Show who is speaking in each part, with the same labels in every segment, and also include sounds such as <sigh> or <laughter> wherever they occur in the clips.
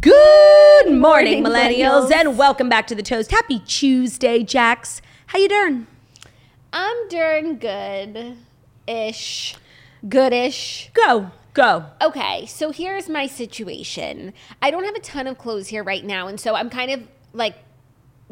Speaker 1: Good morning, millennials, and welcome back to the Toast. Happy Tuesday, Jax. How you doing?
Speaker 2: I'm doing good ish. Goodish.
Speaker 1: Go, go.
Speaker 2: Okay, so here's my situation. I don't have a ton of clothes here right now, and so I'm kind of like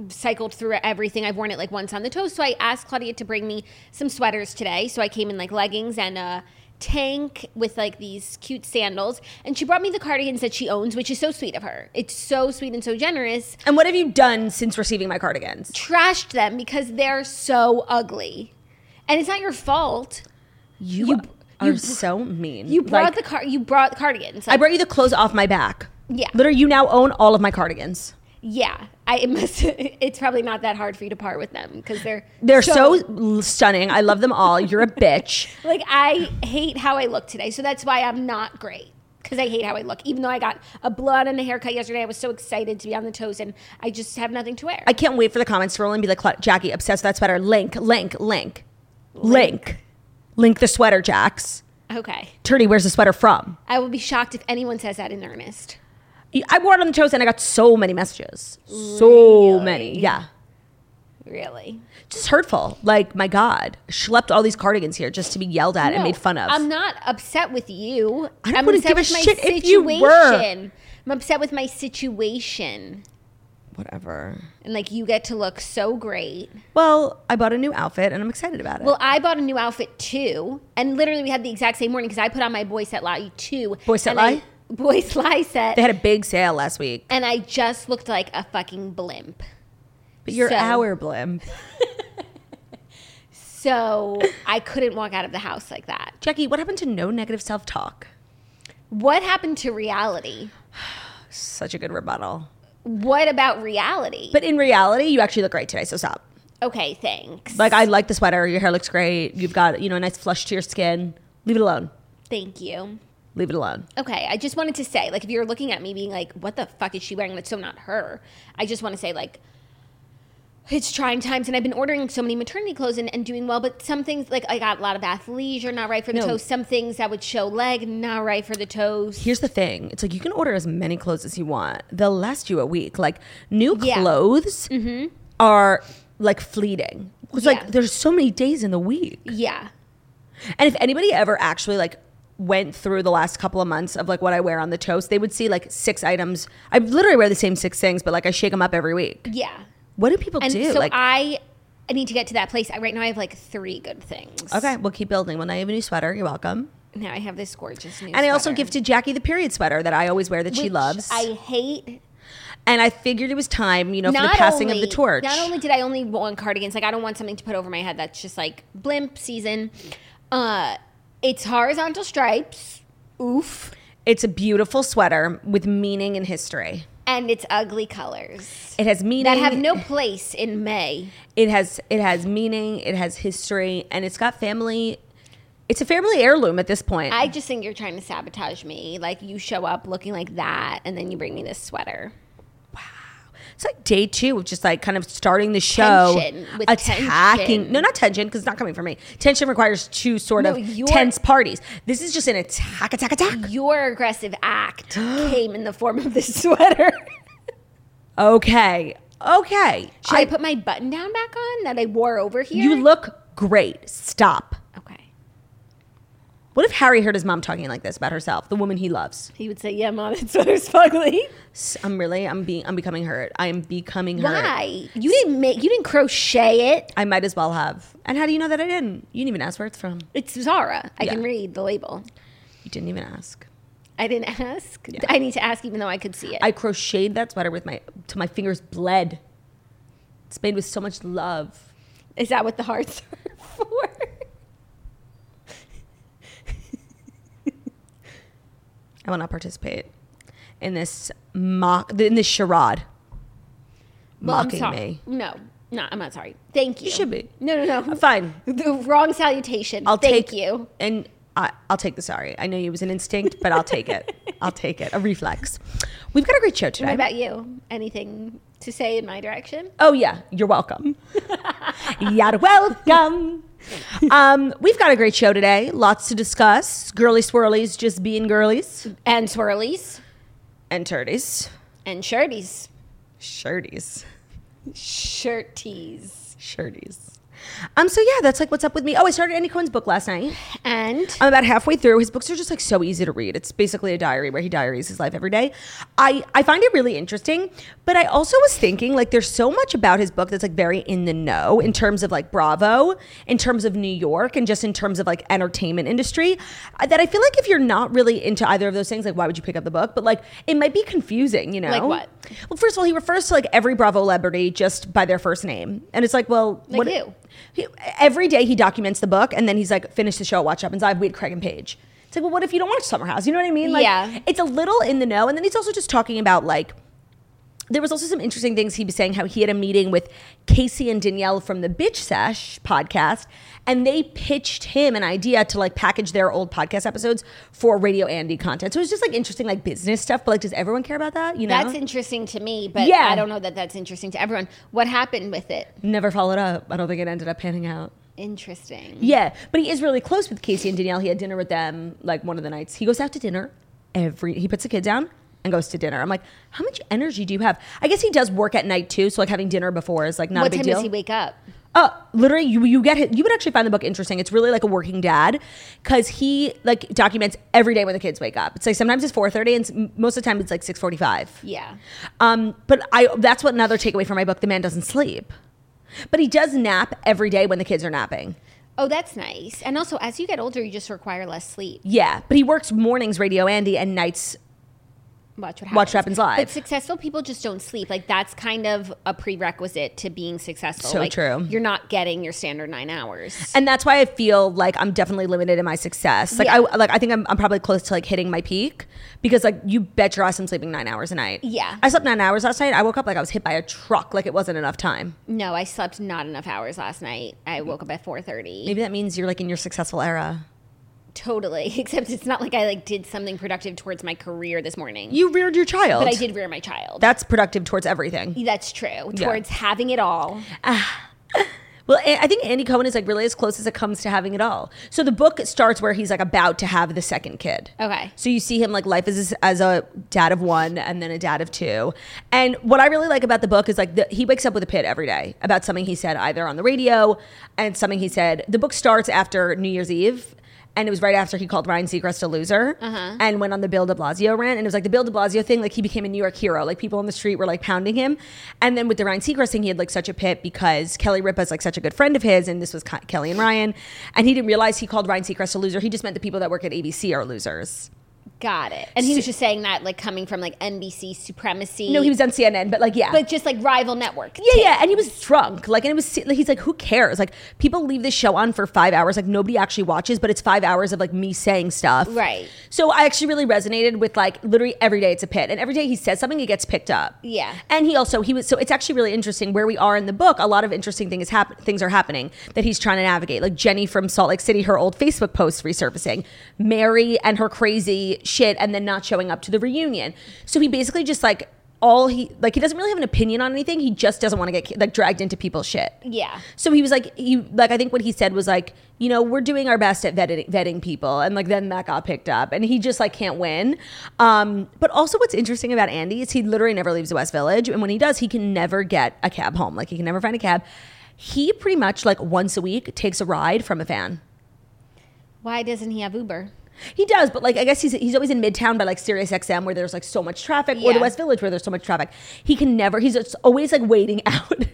Speaker 2: cycled through everything. I've worn it like once on the toast. So I asked Claudia to bring me some sweaters today. So I came in like leggings and a tank with like these cute sandals. And she brought me the cardigans that she owns, which is so sweet of her. It's so sweet and so generous.
Speaker 1: And what have you done since receiving my cardigans?
Speaker 2: Trashed them because they're so ugly. And it's not your fault.
Speaker 1: You,
Speaker 2: You-
Speaker 1: are <laughs>
Speaker 2: you-
Speaker 1: so mean.
Speaker 2: You brought
Speaker 1: Like,
Speaker 2: the car you brought cardigans.
Speaker 1: I brought you the clothes off my back.
Speaker 2: Yeah.
Speaker 1: Literally, you now own all of my cardigans.
Speaker 2: Yeah, I it must. <laughs> It's probably not that hard for you to part with them because they're
Speaker 1: They're so, stunning. I love them all. You're a bitch.
Speaker 2: like I hate how I look today, so that's why I'm not great because I hate how I look. Even though I got a blowout and a haircut yesterday, I was so excited to be on the toes, and I just have nothing to wear.
Speaker 1: I can't wait for the comments to roll and be like, "Cla- Jackie, obsessed with that sweater. Link, link, link, link, link the sweater, Jax.
Speaker 2: okay,
Speaker 1: Turdy, where's the sweater from?
Speaker 2: I will be shocked if anyone says that in earnest.
Speaker 1: I wore it on the toast and I got so many messages. So many. Yeah.
Speaker 2: Really,
Speaker 1: Just hurtful. Like, my God, schlepped all these cardigans here just to be yelled at and
Speaker 2: No,
Speaker 1: made fun of.
Speaker 2: I'm not upset with you.
Speaker 1: I
Speaker 2: I'm
Speaker 1: wouldn't
Speaker 2: upset
Speaker 1: give a
Speaker 2: with my
Speaker 1: shit if you were.
Speaker 2: situation. I'm upset with my situation,
Speaker 1: Whatever.
Speaker 2: and like you get to look so great.
Speaker 1: Well, I bought a new outfit and I'm excited about it.
Speaker 2: Well, I bought a new outfit too, and literally we had the exact same morning because I put on my Boy Set Lie too.
Speaker 1: Boy Set
Speaker 2: and I-
Speaker 1: Lie?
Speaker 2: Boy <laughs> Set Lie set.
Speaker 1: they had a big sale last week.
Speaker 2: and I just looked like a fucking blimp.
Speaker 1: But you're
Speaker 2: So-
Speaker 1: our blimp.
Speaker 2: So I couldn't walk out of the house like that.
Speaker 1: Jackie, what happened to no negative self talk?
Speaker 2: What happened to reality?
Speaker 1: Such a good rebuttal.
Speaker 2: What about reality?
Speaker 1: But in reality, you actually look great today, so stop.
Speaker 2: okay, thanks.
Speaker 1: Like I like the sweater. Your hair looks great. You've got you know a nice flush to your skin. Leave it alone.
Speaker 2: Thank you.
Speaker 1: Leave it alone.
Speaker 2: Okay, I just wanted to say, like, if you're looking at me being like, what the fuck is she wearing? That's so not her. I just want to say, like, it's trying times, and I've been ordering so many maternity clothes and, and doing well, but some things, like, I got a lot of athleisure, not right for the
Speaker 1: No.
Speaker 2: toes. Some things that would show leg, not right for the toes.
Speaker 1: Here's the thing. It's like you can order as many clothes as you want. They'll last you a week. Like new
Speaker 2: Yeah. Mm-hmm.
Speaker 1: clothes are like fleeting. It's
Speaker 2: Yeah.
Speaker 1: like there's so many days in the week.
Speaker 2: Yeah.
Speaker 1: And if anybody ever actually like went through the last couple of months of like what I wear on the toast, they would see like six items. I literally wear the same six things, but like I shake them up every week.
Speaker 2: Yeah.
Speaker 1: What do people
Speaker 2: And
Speaker 1: do?
Speaker 2: so
Speaker 1: like
Speaker 2: I, I need to get to that place. I, right now, I have like three good things.
Speaker 1: okay, we'll keep building. Well, now you have a new sweater. You're welcome.
Speaker 2: Now I have this gorgeous new
Speaker 1: And I also
Speaker 2: sweater,
Speaker 1: gifted Jackie the period sweater that I always wear that she
Speaker 2: which
Speaker 1: loves.
Speaker 2: I hate
Speaker 1: and I figured it was time, you know, for the passing of the torch.
Speaker 2: Not only did I only want cardigans, like I don't want something to put over my head that's just like blimp season. Uh, it's horizontal stripes. Oof.
Speaker 1: it's a beautiful sweater with meaning and history.
Speaker 2: And it's ugly colors
Speaker 1: It has meaning.
Speaker 2: that have no place in May.
Speaker 1: it has it has meaning, it has history, and it's got family it's a family heirloom at this point.
Speaker 2: I just think you're trying to sabotage me. Like you show up looking like that, and then you bring me this sweater.
Speaker 1: it's like day two of just like kind of starting the show,
Speaker 2: Tension, with
Speaker 1: attacking.
Speaker 2: tension.
Speaker 1: No, not tension because it's not coming from me. Tension requires two sort
Speaker 2: No,
Speaker 1: of
Speaker 2: you're-
Speaker 1: tense parties. This is just an attack, attack, attack.
Speaker 2: Your aggressive
Speaker 1: <gasps>
Speaker 2: act came in the form of this sweater.
Speaker 1: Okay, okay.
Speaker 2: Should I, put my button down back on that I wore over here?
Speaker 1: You look great. Stop.
Speaker 2: okay.
Speaker 1: What if Harry heard his mom talking like this about herself, the woman he loves?
Speaker 2: He would say, "Yeah, mom, it's so <laughs> fugly."
Speaker 1: S- I'm really, I'm being, I'm becoming hurt. I am becoming hurt.
Speaker 2: Why? You didn't make. You didn't crochet it.
Speaker 1: I might as well have. And how do you know that I didn't? You didn't even ask where it's from.
Speaker 2: It's Zara. I
Speaker 1: Yeah.
Speaker 2: can read the label.
Speaker 1: You didn't even ask.
Speaker 2: I didn't ask. I need to ask, even though I could see it.
Speaker 1: I crocheted that sweater with my, till my fingers bled. It's made with so much love.
Speaker 2: Is that what the hearts <laughs> are for?
Speaker 1: I will not participate in this mock, in this charade.
Speaker 2: Well,
Speaker 1: mocking
Speaker 2: I'm sorry.
Speaker 1: me.
Speaker 2: No, no, I'm not sorry. Thank you.
Speaker 1: You should be.
Speaker 2: No, no, no.
Speaker 1: Fine.
Speaker 2: <laughs> The wrong salutation.
Speaker 1: I'll
Speaker 2: Thank
Speaker 1: take
Speaker 2: you.
Speaker 1: And I, I'll take the sorry. I know it was an instinct, but I'll take
Speaker 2: <laughs>
Speaker 1: it. I'll take it. A reflex. We've got a great show
Speaker 2: What
Speaker 1: today.
Speaker 2: about you? Anything to say in my direction?
Speaker 1: Oh yeah, you're <laughs> welcome. you're welcome. Um, we've got a great show today. Lots to discuss. Girly swirlies, just being girlies
Speaker 2: And swirlies
Speaker 1: and turdies,
Speaker 2: and shirties.
Speaker 1: shirties,
Speaker 2: Shirties.
Speaker 1: shirties. Um. So yeah, that's like what's up with me. Oh, I started Andy Cohen's book last night.
Speaker 2: And
Speaker 1: I'm about halfway through. His books are just like so easy to read. It's basically a diary where he diaries his life every day. I, I find it really interesting, but I also was thinking like there's so much about his book that's like very in the know in terms of like Bravo, in terms of New York, and just in terms of like entertainment industry. uh, That I feel like if you're not really into either of those things, like why would you pick up the book? But like it might be confusing, you know?
Speaker 2: Like what?
Speaker 1: Well, first of all, he refers to like every Bravo celebrity just by their first name, and it's like, well,
Speaker 2: Like who?
Speaker 1: he- every day he documents the book and then he's like, finish the show, watch up and live. We had Craig and Paige. It's like, well, what if you don't watch Summer House? You know what I mean? Like,
Speaker 2: Yeah.
Speaker 1: It's a little in the know. And then he's also just talking about like, there was also some interesting things he was saying how he had a meeting with Casey and Danielle from the Bitch Sesh podcast, and they pitched him an idea to like package their old podcast episodes for Radio Andy content. So it was just like interesting like business stuff. But like, does everyone care about that? You know,
Speaker 2: that's interesting to me, but
Speaker 1: Yeah.
Speaker 2: I don't know that that's interesting to everyone. What happened with it?
Speaker 1: never followed up. I don't think it ended up panning out.
Speaker 2: Interesting.
Speaker 1: Yeah, but he is really close with Casey and Danielle. He had dinner with them like one of the nights. He goes out to dinner every. He puts the kid down and goes to dinner. I'm like, how much energy do you have? I guess he does work at night too, so like having dinner before is like not
Speaker 2: what
Speaker 1: a big
Speaker 2: time
Speaker 1: deal.
Speaker 2: does he wake up?
Speaker 1: Uh, literally, you you get his, you would actually find the book interesting. It's really like a working dad because he like documents every day when the kids wake up. It's like sometimes it's four thirty, and s- m- most of the time it's like six forty five.
Speaker 2: Yeah.
Speaker 1: Um, but I that's what another takeaway from my book: the man doesn't sleep, but he does nap every day when the kids are napping.
Speaker 2: Oh, that's nice. And also, as you get older, you just require less sleep.
Speaker 1: Yeah, but he works mornings Radio Andy and nights.
Speaker 2: Watch what happens.
Speaker 1: Watch what happens live.
Speaker 2: But successful people just don't sleep. Like that's kind of a prerequisite to being successful.
Speaker 1: So
Speaker 2: Like,
Speaker 1: true.
Speaker 2: You're not getting your standard nine hours.
Speaker 1: And that's why I feel like I'm definitely limited in my success. Like
Speaker 2: Yeah.
Speaker 1: I like I think I'm, I'm probably close to like hitting my peak because like you bet your ass I'm sleeping 9 hours a night.
Speaker 2: Yeah.
Speaker 1: I slept 9 hours last night. I woke up like I was hit by a truck like it wasn't enough time.
Speaker 2: No, I slept not enough hours last night. I woke up at four thirty.
Speaker 1: Maybe that means you're like in your successful era.
Speaker 2: Totally. <laughs> Except it's not like I like did something productive towards my career this morning.
Speaker 1: You reared your child.
Speaker 2: but I did rear my child.
Speaker 1: That's productive towards everything.
Speaker 2: that's true.
Speaker 1: Yeah.
Speaker 2: Towards having it all.
Speaker 1: Well, I I think Andy Cohen is like really as close as it comes to having it all. So the book starts where he's like about to have the second kid.
Speaker 2: Okay.
Speaker 1: So you see him like life as as a dad of one and then a dad of two. And what I really like about the book is like the, he wakes up with a pit every day about something he said either on the radio and something he said. The book starts after New Year's Eve. And it was right after he called Ryan Seacrest a loser and went on the Bill de Blasio rant. And it was like the Bill de Blasio thing, like he became a New York hero. Like people on the street were like pounding him. And then with the Ryan Seacrest thing, he had like such a pit because Kelly Ripa is like such a good friend of his. And this was Ke- Kelly and Ryan. And he didn't realize he called Ryan Seacrest a loser. He just meant the people that work at ABC are losers.
Speaker 2: Got it. And he was just saying that like coming from like NBC supremacy.
Speaker 1: No, he was on CNN, but like, yeah.
Speaker 2: but just like rival network.
Speaker 1: yeah, yeah, and he was drunk. Like, and it was like, he's like, who cares? Like, people leave this show on for five hours. Like, nobody actually watches, but it's five hours of like me saying stuff.
Speaker 2: Right.
Speaker 1: So I actually really resonated with like literally every day it's a pit, and every day he says something, it gets picked up.
Speaker 2: Yeah.
Speaker 1: And he also he was so it's actually really interesting where we are in the book. A lot of interesting things happen. Things are happening that he's trying to navigate. Like Jenny from Salt Lake City, her old Facebook posts resurfacing. Mary and her crazy shit, and then not showing up to the reunion. So he basically just like all he like he doesn't really have an opinion on anything. He just doesn't want to get like dragged into people's shit.
Speaker 2: Yeah.
Speaker 1: So he was like, he like I think what he said was like, you know, we're doing our best at vetting, vetting people, and like then that got picked up, and he just like can't win. Um, but also, what's interesting about Andy is he literally never leaves the West Village, and when he does, he can never get a cab home. Like he can never find a cab. He pretty much like once a week takes a ride from a van.
Speaker 2: Why doesn't he have Uber?
Speaker 1: He does, but like I guess he's he's always in Midtown by like Sirius XM where there's like so much traffic, or the
Speaker 2: Yeah.
Speaker 1: West Village where there's so much traffic. He can never. He's just always like waiting <laughs> out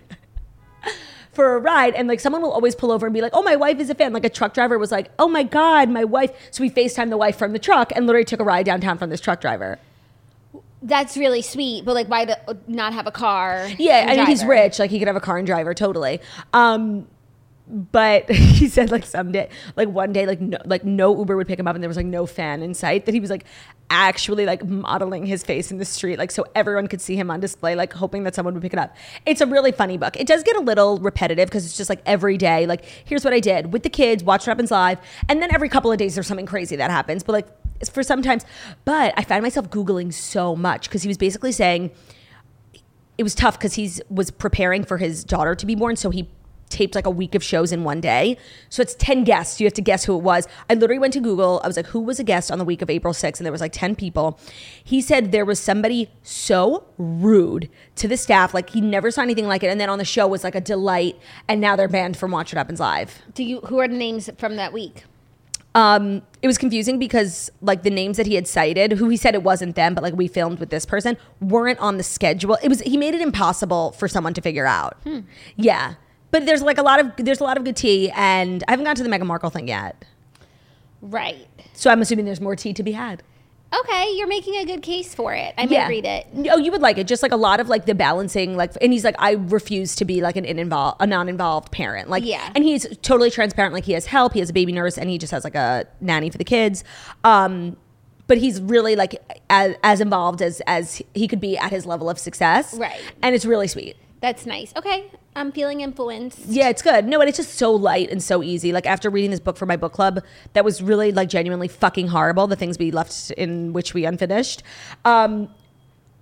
Speaker 1: for a ride, and like someone will always pull over and be like, "Oh, my wife is a fan." Like a truck driver was like, "Oh my god, my wife." So we Facetime the wife from the truck and literally took a ride downtown from this truck driver.
Speaker 2: That's really sweet, but like, why the, uh, not have a car?
Speaker 1: Yeah,
Speaker 2: and
Speaker 1: I mean he's
Speaker 2: driver?
Speaker 1: rich, like he could have a car and driver totally. Um but <laughs> he said like someday like one day like no like no Uber would pick him up and there was like no fan in sight that he was like actually like modeling his face in the street like so everyone could see him on display like hoping that someone would pick it up. It's a really funny book. It does get a little repetitive because it's just like every day like here's what I did with the kids, watch what happens live and then every couple of days there's something crazy that happens but like it's for sometimes but I find myself googling so much because he was basically saying it was tough because he's was preparing for his daughter to be born, so he taped like a week of shows in one day. So it's ten guests. You have to guess who it was. I literally went to Google. I was like, who was a guest on the week of April 6th? And there was like ten people. He said there was somebody so rude to the staff, like he never saw anything like it. And then on the show was like a delight, and now they're banned from Watch What Happens Live.
Speaker 2: Do you? Who are the names from that week?
Speaker 1: Um, it was confusing because like the names that he had cited, who he said it wasn't them, but like we filmed with this person, weren't on the schedule. It was he made it impossible for someone to figure out. Yeah, but there's like a lot of there's a lot of good tea, and I haven't gotten to the Meghan Markle thing yet,
Speaker 2: Right.
Speaker 1: so I'm assuming there's more tea to be had.
Speaker 2: Okay, you're making a good case for it. I may read it.
Speaker 1: Oh, you would like it. Just like a lot of like the balancing, like, and he's like, I refuse to be like an involved, a non-involved parent. Like,
Speaker 2: Yeah.
Speaker 1: And he's totally transparent. Like, he has help. He has a baby nurse, and he just has like a nanny for the kids. Um, but he's really like as, as involved as as he could be at his level of success.
Speaker 2: Right.
Speaker 1: And it's really sweet.
Speaker 2: That's nice. Okay, I'm feeling influenced.
Speaker 1: Yeah, it's good. No, and it's just so light and so easy. Like after reading this book for my book club, that was really like genuinely fucking horrible. The things we left in which we unfinished, um,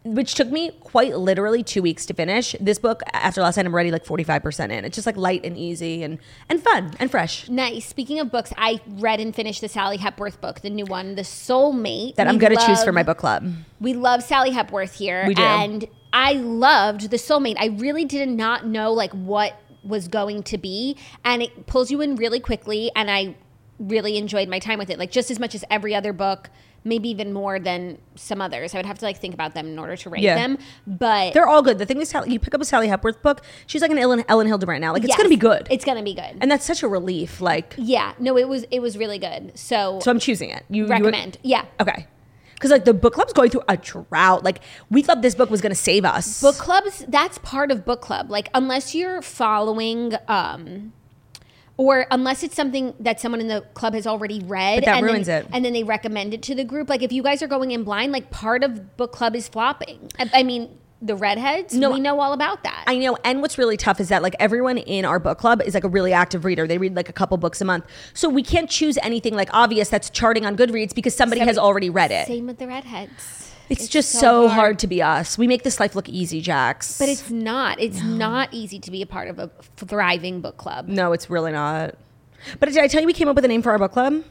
Speaker 1: which took me quite literally two weeks to finish. This book after last night, I'm already like 45 percent in. It's just like light and easy and and fun and fresh.
Speaker 2: Nice. Speaking of books, I read and finished the Sally Hepworth book, the new one, The Soulmate.
Speaker 1: That I'm
Speaker 2: We
Speaker 1: gonna choose for
Speaker 2: love-
Speaker 1: my book club.
Speaker 2: We love Sally Hepworth here.
Speaker 1: We do.
Speaker 2: And I loved The Soulmate. I really did not know like what was going to be. And it pulls you in really quickly. And I really enjoyed my time with it. Like just as much as every other book, maybe even more than some others. I would have to like think about them in order to rate
Speaker 1: Yeah.
Speaker 2: them. But
Speaker 1: They're all good. The thing is, Sally- you pick up a Sally Hepworth book. She's like an Ellen, Ellen Hildebrand now. Like it's
Speaker 2: yes,
Speaker 1: gonna be good.
Speaker 2: It's gonna be good.
Speaker 1: and that's such a relief. Like
Speaker 2: yeah. No, it was it was really good. So,
Speaker 1: so, I'm choosing it. You you-
Speaker 2: recommend. yeah.
Speaker 1: Okay. Because like the book club's going through a drought. Like we thought this book was gonna save us.
Speaker 2: book clubs that's part of book club like unless you're following um or unless it's something that someone in the club has already read
Speaker 1: But that
Speaker 2: and then-
Speaker 1: ruins it.
Speaker 2: and then they recommend it to the group like if you guys are going in blind like part of book club is flopping i, I mean the redheads
Speaker 1: No,
Speaker 2: we know all about that
Speaker 1: I know. And what's really tough is that like everyone in our book club is like a really active reader. They read like a couple books a month. So we can't choose anything like obvious that's charting on Goodreads because somebody, has already read it.
Speaker 2: same with the redheads
Speaker 1: it's, just so,
Speaker 2: so
Speaker 1: hard.
Speaker 2: hard.
Speaker 1: to be us. We make this life look easy, Jax.
Speaker 2: but it's not it's not easy to be a part of a thriving book club
Speaker 1: no, it's really not. But did I tell you we came up with a name for our book club?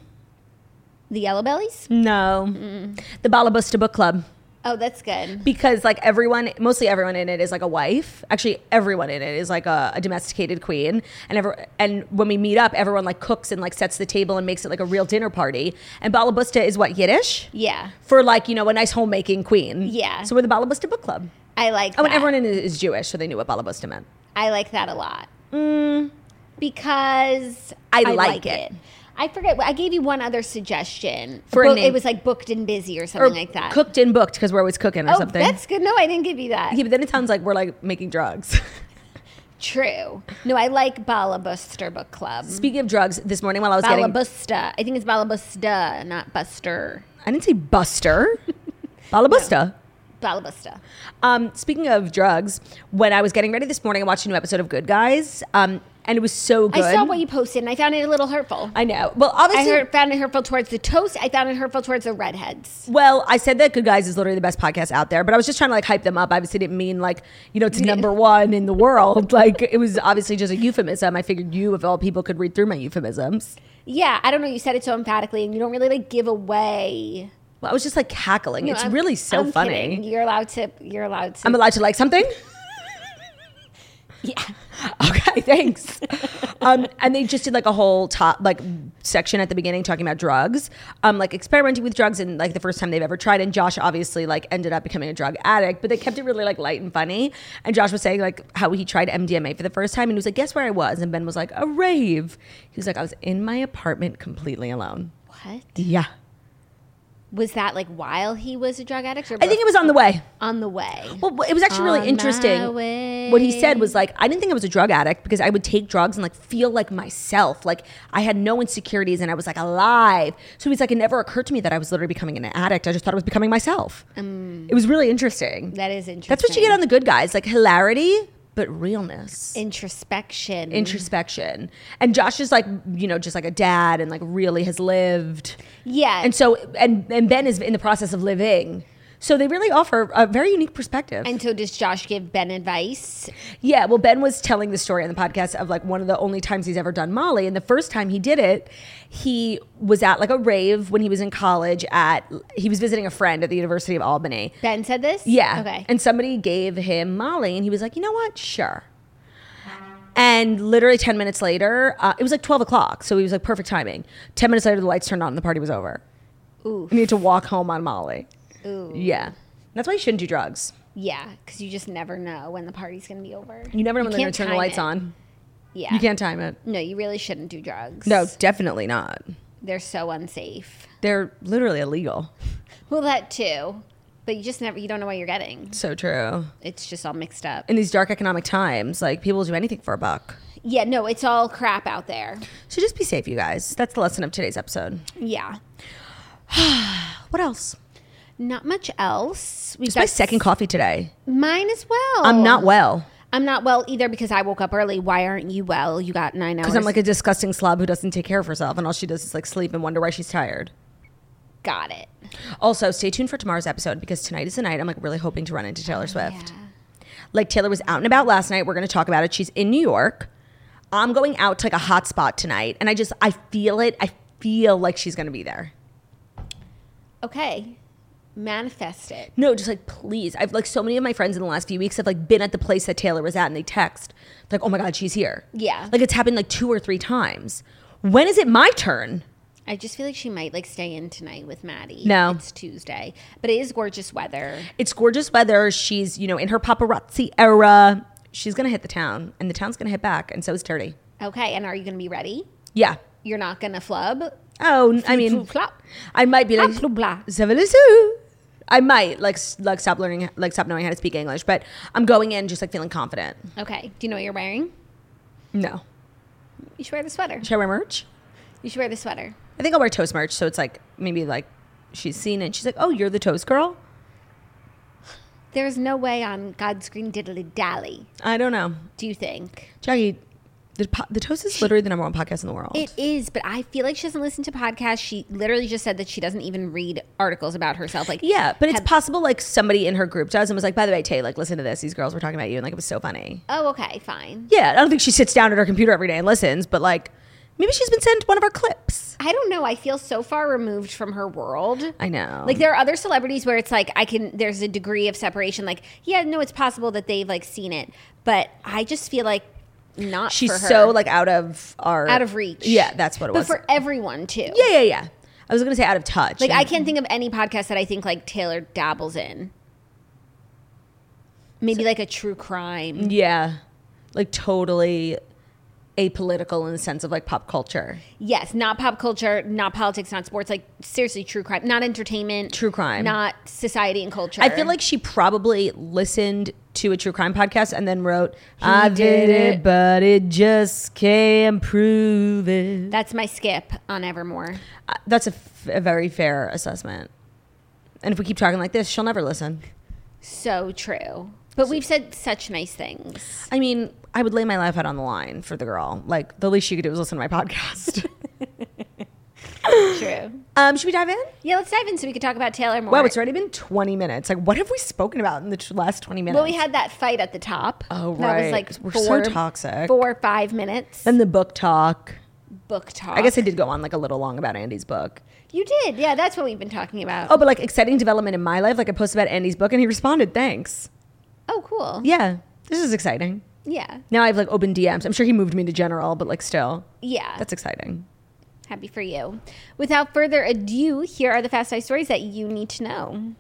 Speaker 2: the yellow bellies
Speaker 1: Mm. No. The Balabusta Book Club.
Speaker 2: oh that's good
Speaker 1: because like everyone mostly everyone in it is like a wife actually everyone in it is like a, a domesticated queen and every, and when we meet up everyone like cooks and like sets the table and makes it like a real dinner party and balabusta is what yiddish
Speaker 2: yeah
Speaker 1: for like you know a nice homemaking queen
Speaker 2: Yeah.
Speaker 1: so we're the balabusta book club
Speaker 2: i like
Speaker 1: oh and
Speaker 2: that.
Speaker 1: everyone in it is jewish so they knew what balabusta meant
Speaker 2: I like that a lot.
Speaker 1: Mm.
Speaker 2: Because
Speaker 1: I like it.
Speaker 2: I forget. I gave you one other suggestion.
Speaker 1: For a
Speaker 2: Book-
Speaker 1: name.
Speaker 2: It was like booked and busy or
Speaker 1: or
Speaker 2: something like that.
Speaker 1: cooked and booked because we're always cooking or
Speaker 2: oh,
Speaker 1: something
Speaker 2: that's good. No, I didn't give you that.
Speaker 1: yeah, but then it sounds like we're like making drugs <laughs>
Speaker 2: True. No, I like Balabuster Book Club.
Speaker 1: speaking of drugs this morning while i was getting
Speaker 2: Balabusta. I think it's Balabusta, not Buster.
Speaker 1: i didn't say buster
Speaker 2: <laughs>
Speaker 1: balabusta
Speaker 2: Balabusta.
Speaker 1: Um, speaking of drugs, when I was getting ready this morning, I watched a new episode of Good Guys, um, and it was so good.
Speaker 2: I saw what you posted, and I found it a little hurtful. I,
Speaker 1: I know. Well, obviously,
Speaker 2: heard, found it hurtful towards the toast. I found it hurtful towards the redheads.
Speaker 1: well, I said that Good Guys is literally the best podcast out there, but I was just trying to like hype them up. I obviously didn't mean like you know it's number one in the world. <laughs> Like it was obviously just a euphemism. I figured you, of all people, could read through my euphemisms.
Speaker 2: Yeah, I don't know. You said it so emphatically, and you don't really like give away.
Speaker 1: Well, I was just like cackling. it's
Speaker 2: I'm-
Speaker 1: really so
Speaker 2: I'm
Speaker 1: funny.
Speaker 2: kidding. You're allowed to. You're allowed to.
Speaker 1: I'm allowed to like something.
Speaker 2: Yeah.
Speaker 1: Okay, <laughs> thanks. um, and they just did like a whole top like section at the beginning talking about drugs, um, like experimenting with drugs and like the first time they've ever tried. And Josh obviously like ended up becoming a drug addict, but they kept it really like light and funny. And Josh was saying like how he tried MDMA for the first time, and he was like, "Guess where I was?" And Ben was like, "A rave." He was like, "I was in my apartment completely alone."
Speaker 2: What?
Speaker 1: Yeah,
Speaker 2: Was that like while he was a drug addict or
Speaker 1: I think it was on the way.
Speaker 2: on the way?
Speaker 1: Well, it was actually
Speaker 2: On
Speaker 1: really
Speaker 2: my
Speaker 1: interesting. What he said
Speaker 2: way.
Speaker 1: was like, I didn't think I was a drug addict because I would take drugs and like feel like myself. Like I had no insecurities and I was like alive. So he's like, it never occurred to me that I was literally becoming an addict. I just thought I was becoming myself. it was really interesting.
Speaker 2: that is Mm. interesting.
Speaker 1: That's what you get on the good guys like hilarity, but realness.
Speaker 2: introspection.
Speaker 1: Introspection and Josh is like you know just like a dad and like really has lived
Speaker 2: yeah.
Speaker 1: and so and and Ben is in the process of living so they really offer a very unique perspective
Speaker 2: and so does Josh give Ben advice?
Speaker 1: Yeah, well, Ben was telling the story on the podcast of like one of the only times he's ever done Molly. And the first time he did it, he was at like a rave when he was in college at, he was visiting a friend at the University of Albany.
Speaker 2: Ben said this?
Speaker 1: Yeah.
Speaker 2: Okay.
Speaker 1: And somebody gave him Molly and he was like, you know what? Sure. And literally 10 minutes later, uh, it was like 12 o'clock. So he was like, perfect timing. 10 minutes later, the lights turned on and the party was over.
Speaker 2: Ooh.
Speaker 1: I need to walk home on Molly.
Speaker 2: Ooh.
Speaker 1: Yeah. That's why you shouldn't do drugs.
Speaker 2: Yeah, because you just never know when the party's going to be over.
Speaker 1: You never know when they're going
Speaker 2: can't
Speaker 1: to turn the
Speaker 2: time
Speaker 1: lights
Speaker 2: it.
Speaker 1: on.
Speaker 2: Yeah.
Speaker 1: You can't time it.
Speaker 2: No, you really shouldn't do drugs.
Speaker 1: No, definitely not.
Speaker 2: They're so unsafe.
Speaker 1: They're literally illegal.
Speaker 2: Well, that too. But you just never, you don't know what you're getting.
Speaker 1: So true.
Speaker 2: It's just all mixed up.
Speaker 1: In these dark economic times, like people will do anything for a buck.
Speaker 2: Yeah, no, it's all crap out there.
Speaker 1: So just be safe, you guys. That's the lesson of today's episode.
Speaker 2: Yeah.
Speaker 1: What else?
Speaker 2: Not much else. We've
Speaker 1: It's my second coffee today.
Speaker 2: Mine as well.
Speaker 1: I'm not well
Speaker 2: I'm not well either because I woke up early. Why aren't you well? You got nine hours.
Speaker 1: because I'm like a disgusting slob who doesn't take care of herself and all she does is like sleep and wonder why she's tired.
Speaker 2: got it.
Speaker 1: Also, stay tuned for tomorrow's episode because tonight is the night I'm like really hoping to run into Taylor Swift. Like Taylor was out and about last night. We're going to talk about it. She's in New York. I'm going out to like a hot spot tonight and I just I feel it. I feel like she's going to be there.
Speaker 2: Okay. Manifest it.
Speaker 1: No, just like please. I've like so many of my friends in the last few weeks have like been at the place that Taylor was at and they text like, "Oh my god, she's here."
Speaker 2: Yeah.
Speaker 1: Like it's happened like two or three times. When is it my turn?
Speaker 2: I just feel like she might like stay in tonight with Maddie.
Speaker 1: No.
Speaker 2: It's Tuesday. But it is gorgeous weather.
Speaker 1: It's gorgeous weather. She's, you know, in her paparazzi era. She's going to hit the town and the town's going to hit back and so is Turdy.
Speaker 2: Okay. And are you going to be ready?
Speaker 1: Yeah.
Speaker 2: You're not going to flub?
Speaker 1: Oh, n- I mean,
Speaker 2: flop.
Speaker 1: I might be like
Speaker 2: Flop, flop, flop.
Speaker 1: "Zavalazoo." I might like s- like stop learning like stop knowing how to speak English, but I'm going in just like feeling confident.
Speaker 2: Okay. Do you know what you're wearing?
Speaker 1: No.
Speaker 2: You should wear the sweater.
Speaker 1: Should I wear merch?
Speaker 2: You should wear the sweater.
Speaker 1: I think I'll wear toast merch. So it's like maybe like she's seen it. and She's like, oh, you're the toast girl.
Speaker 2: There's no way on God's green diddly dally,
Speaker 1: I don't know,
Speaker 2: do you think?
Speaker 1: Jackie. The, po- the toast is literally the number one podcast in the world.
Speaker 2: It is, but I feel like she doesn't listen to podcasts. She literally just said that she doesn't even read articles about herself. Like,
Speaker 1: yeah, but it's
Speaker 2: have-
Speaker 1: possible like somebody in her group does and was like, by the way, Tay, like listen to this. These girls were talking about you, and like it was so funny.
Speaker 2: oh, okay, fine.
Speaker 1: Yeah, I don't think she sits down at her computer every day and listens, but like maybe she's been sent one of our clips.
Speaker 2: I don't know. I feel so far removed from her world.
Speaker 1: I know.
Speaker 2: Like there are other celebrities where it's like I can there's a degree of separation like yeah no it's possible that they've like seen it but I just feel like not
Speaker 1: she's
Speaker 2: for her.
Speaker 1: so like out of our
Speaker 2: out of reach
Speaker 1: Yeah, that's what it
Speaker 2: but
Speaker 1: was.
Speaker 2: for everyone too
Speaker 1: yeah, yeah, yeah. I was gonna say out of touch.
Speaker 2: Like
Speaker 1: and-
Speaker 2: I can't think of any podcast that I think like Taylor dabbles in. Maybe like a true crime.
Speaker 1: Yeah. Like totally apolitical in the sense of like pop culture.
Speaker 2: Yes, not pop culture, not politics, not sports. Like seriously, true crime, not entertainment,
Speaker 1: True crime.
Speaker 2: not society and culture.
Speaker 1: I feel like she probably listened to a true crime podcast and then wrote, I did it, but it just can't prove it.
Speaker 2: that's my skip on Evermore.
Speaker 1: Uh, That's a, f- a very fair assessment. And if we keep talking like this, she'll never listen.
Speaker 2: So true. But we've said such nice
Speaker 1: <gasps>
Speaker 2: things.
Speaker 1: I mean, I would lay my life out on the line for the girl. Like, the least she could do is listen to my podcast.
Speaker 2: True.
Speaker 1: um, should we dive in?
Speaker 2: Yeah, let's dive in so we could talk about Taylor more.
Speaker 1: Wow, it's already been 20 minutes. Like, what have we spoken about in the t- last 20 minutes?
Speaker 2: well, we had that fight at the top.
Speaker 1: Oh,
Speaker 2: That
Speaker 1: right.
Speaker 2: was like
Speaker 1: We're so
Speaker 2: four,
Speaker 1: toxic.
Speaker 2: Four five minutes.
Speaker 1: Then the book talk.
Speaker 2: book talk.
Speaker 1: I guess I did go on like a little long about Andy's book.
Speaker 2: you did. Yeah, that's what we've been talking about.
Speaker 1: Oh, but like exciting development in my life. Like I posted about Andy's book and he responded, thanks.
Speaker 2: oh cool.
Speaker 1: Yeah, this is exciting.
Speaker 2: Yeah.
Speaker 1: Now I have like open DMs. I'm sure he moved me to general, but like still,
Speaker 2: Yeah.
Speaker 1: that's exciting.
Speaker 2: Happy for you. Without further ado, here are the fast five stories that you need to know.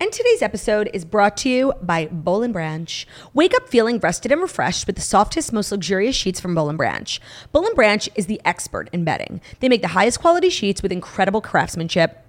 Speaker 1: And today's episode is brought to you by Bolin Branch. Wake up feeling rested and refreshed with the softest, most luxurious sheets from Bolin Branch. Bolin Branch is the expert in bedding. They make the highest quality sheets with incredible craftsmanship.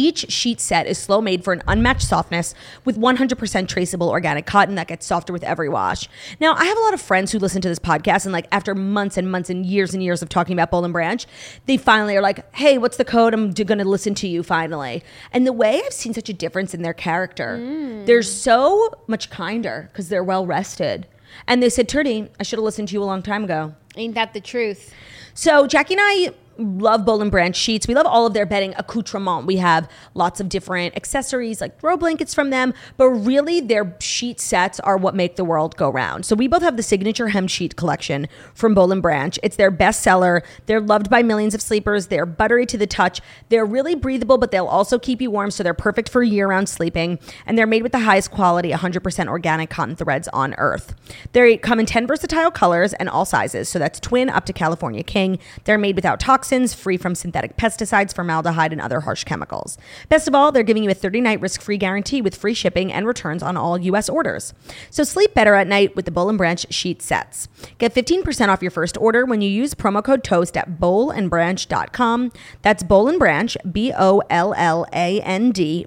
Speaker 1: Each sheet set is slow made for an unmatched softness with 100% traceable organic cotton that gets softer with every wash. Now, I have a lot of friends who listen to this podcast and like after months and months and years and years of talking about Bolin Branch, they finally are like, "Hey, what's the code? I'm d- going to listen to you finally." And the way I've seen such a difference in their character. They're so much kinder cuz they're well rested. And they said, "Turdy, I should have listened to you a long time ago."
Speaker 2: Ain't that the truth?
Speaker 1: So Jackie and I love Bolin Branch sheets. We love all of their bedding accoutrement. We have lots of different accessories like throw blankets from them, but really their sheet sets are what make the world go round. So we both have the signature hem sheet collection from Bolin Branch. It's their bestseller. They're loved by millions of sleepers. They're buttery to the touch. They're really breathable, but they'll also keep you warm, so they're perfect for year-round sleeping. And they're made with the highest quality 100% organic cotton threads on earth. They come in 10 versatile colors and all sizes, so that's twin up to California King. They're made without toxins, free from synthetic pesticides, formaldehyde, and other harsh chemicals. Best of all, they're giving you a 30 night risk free guarantee with free shipping and returns on all U.S. orders. So sleep better at night with the Bowl and Branch sheet sets. Get 15% off your first order when you use promo code TOAST at bowlandbranch.com. That's Bowl and Branch, B O L L A N D,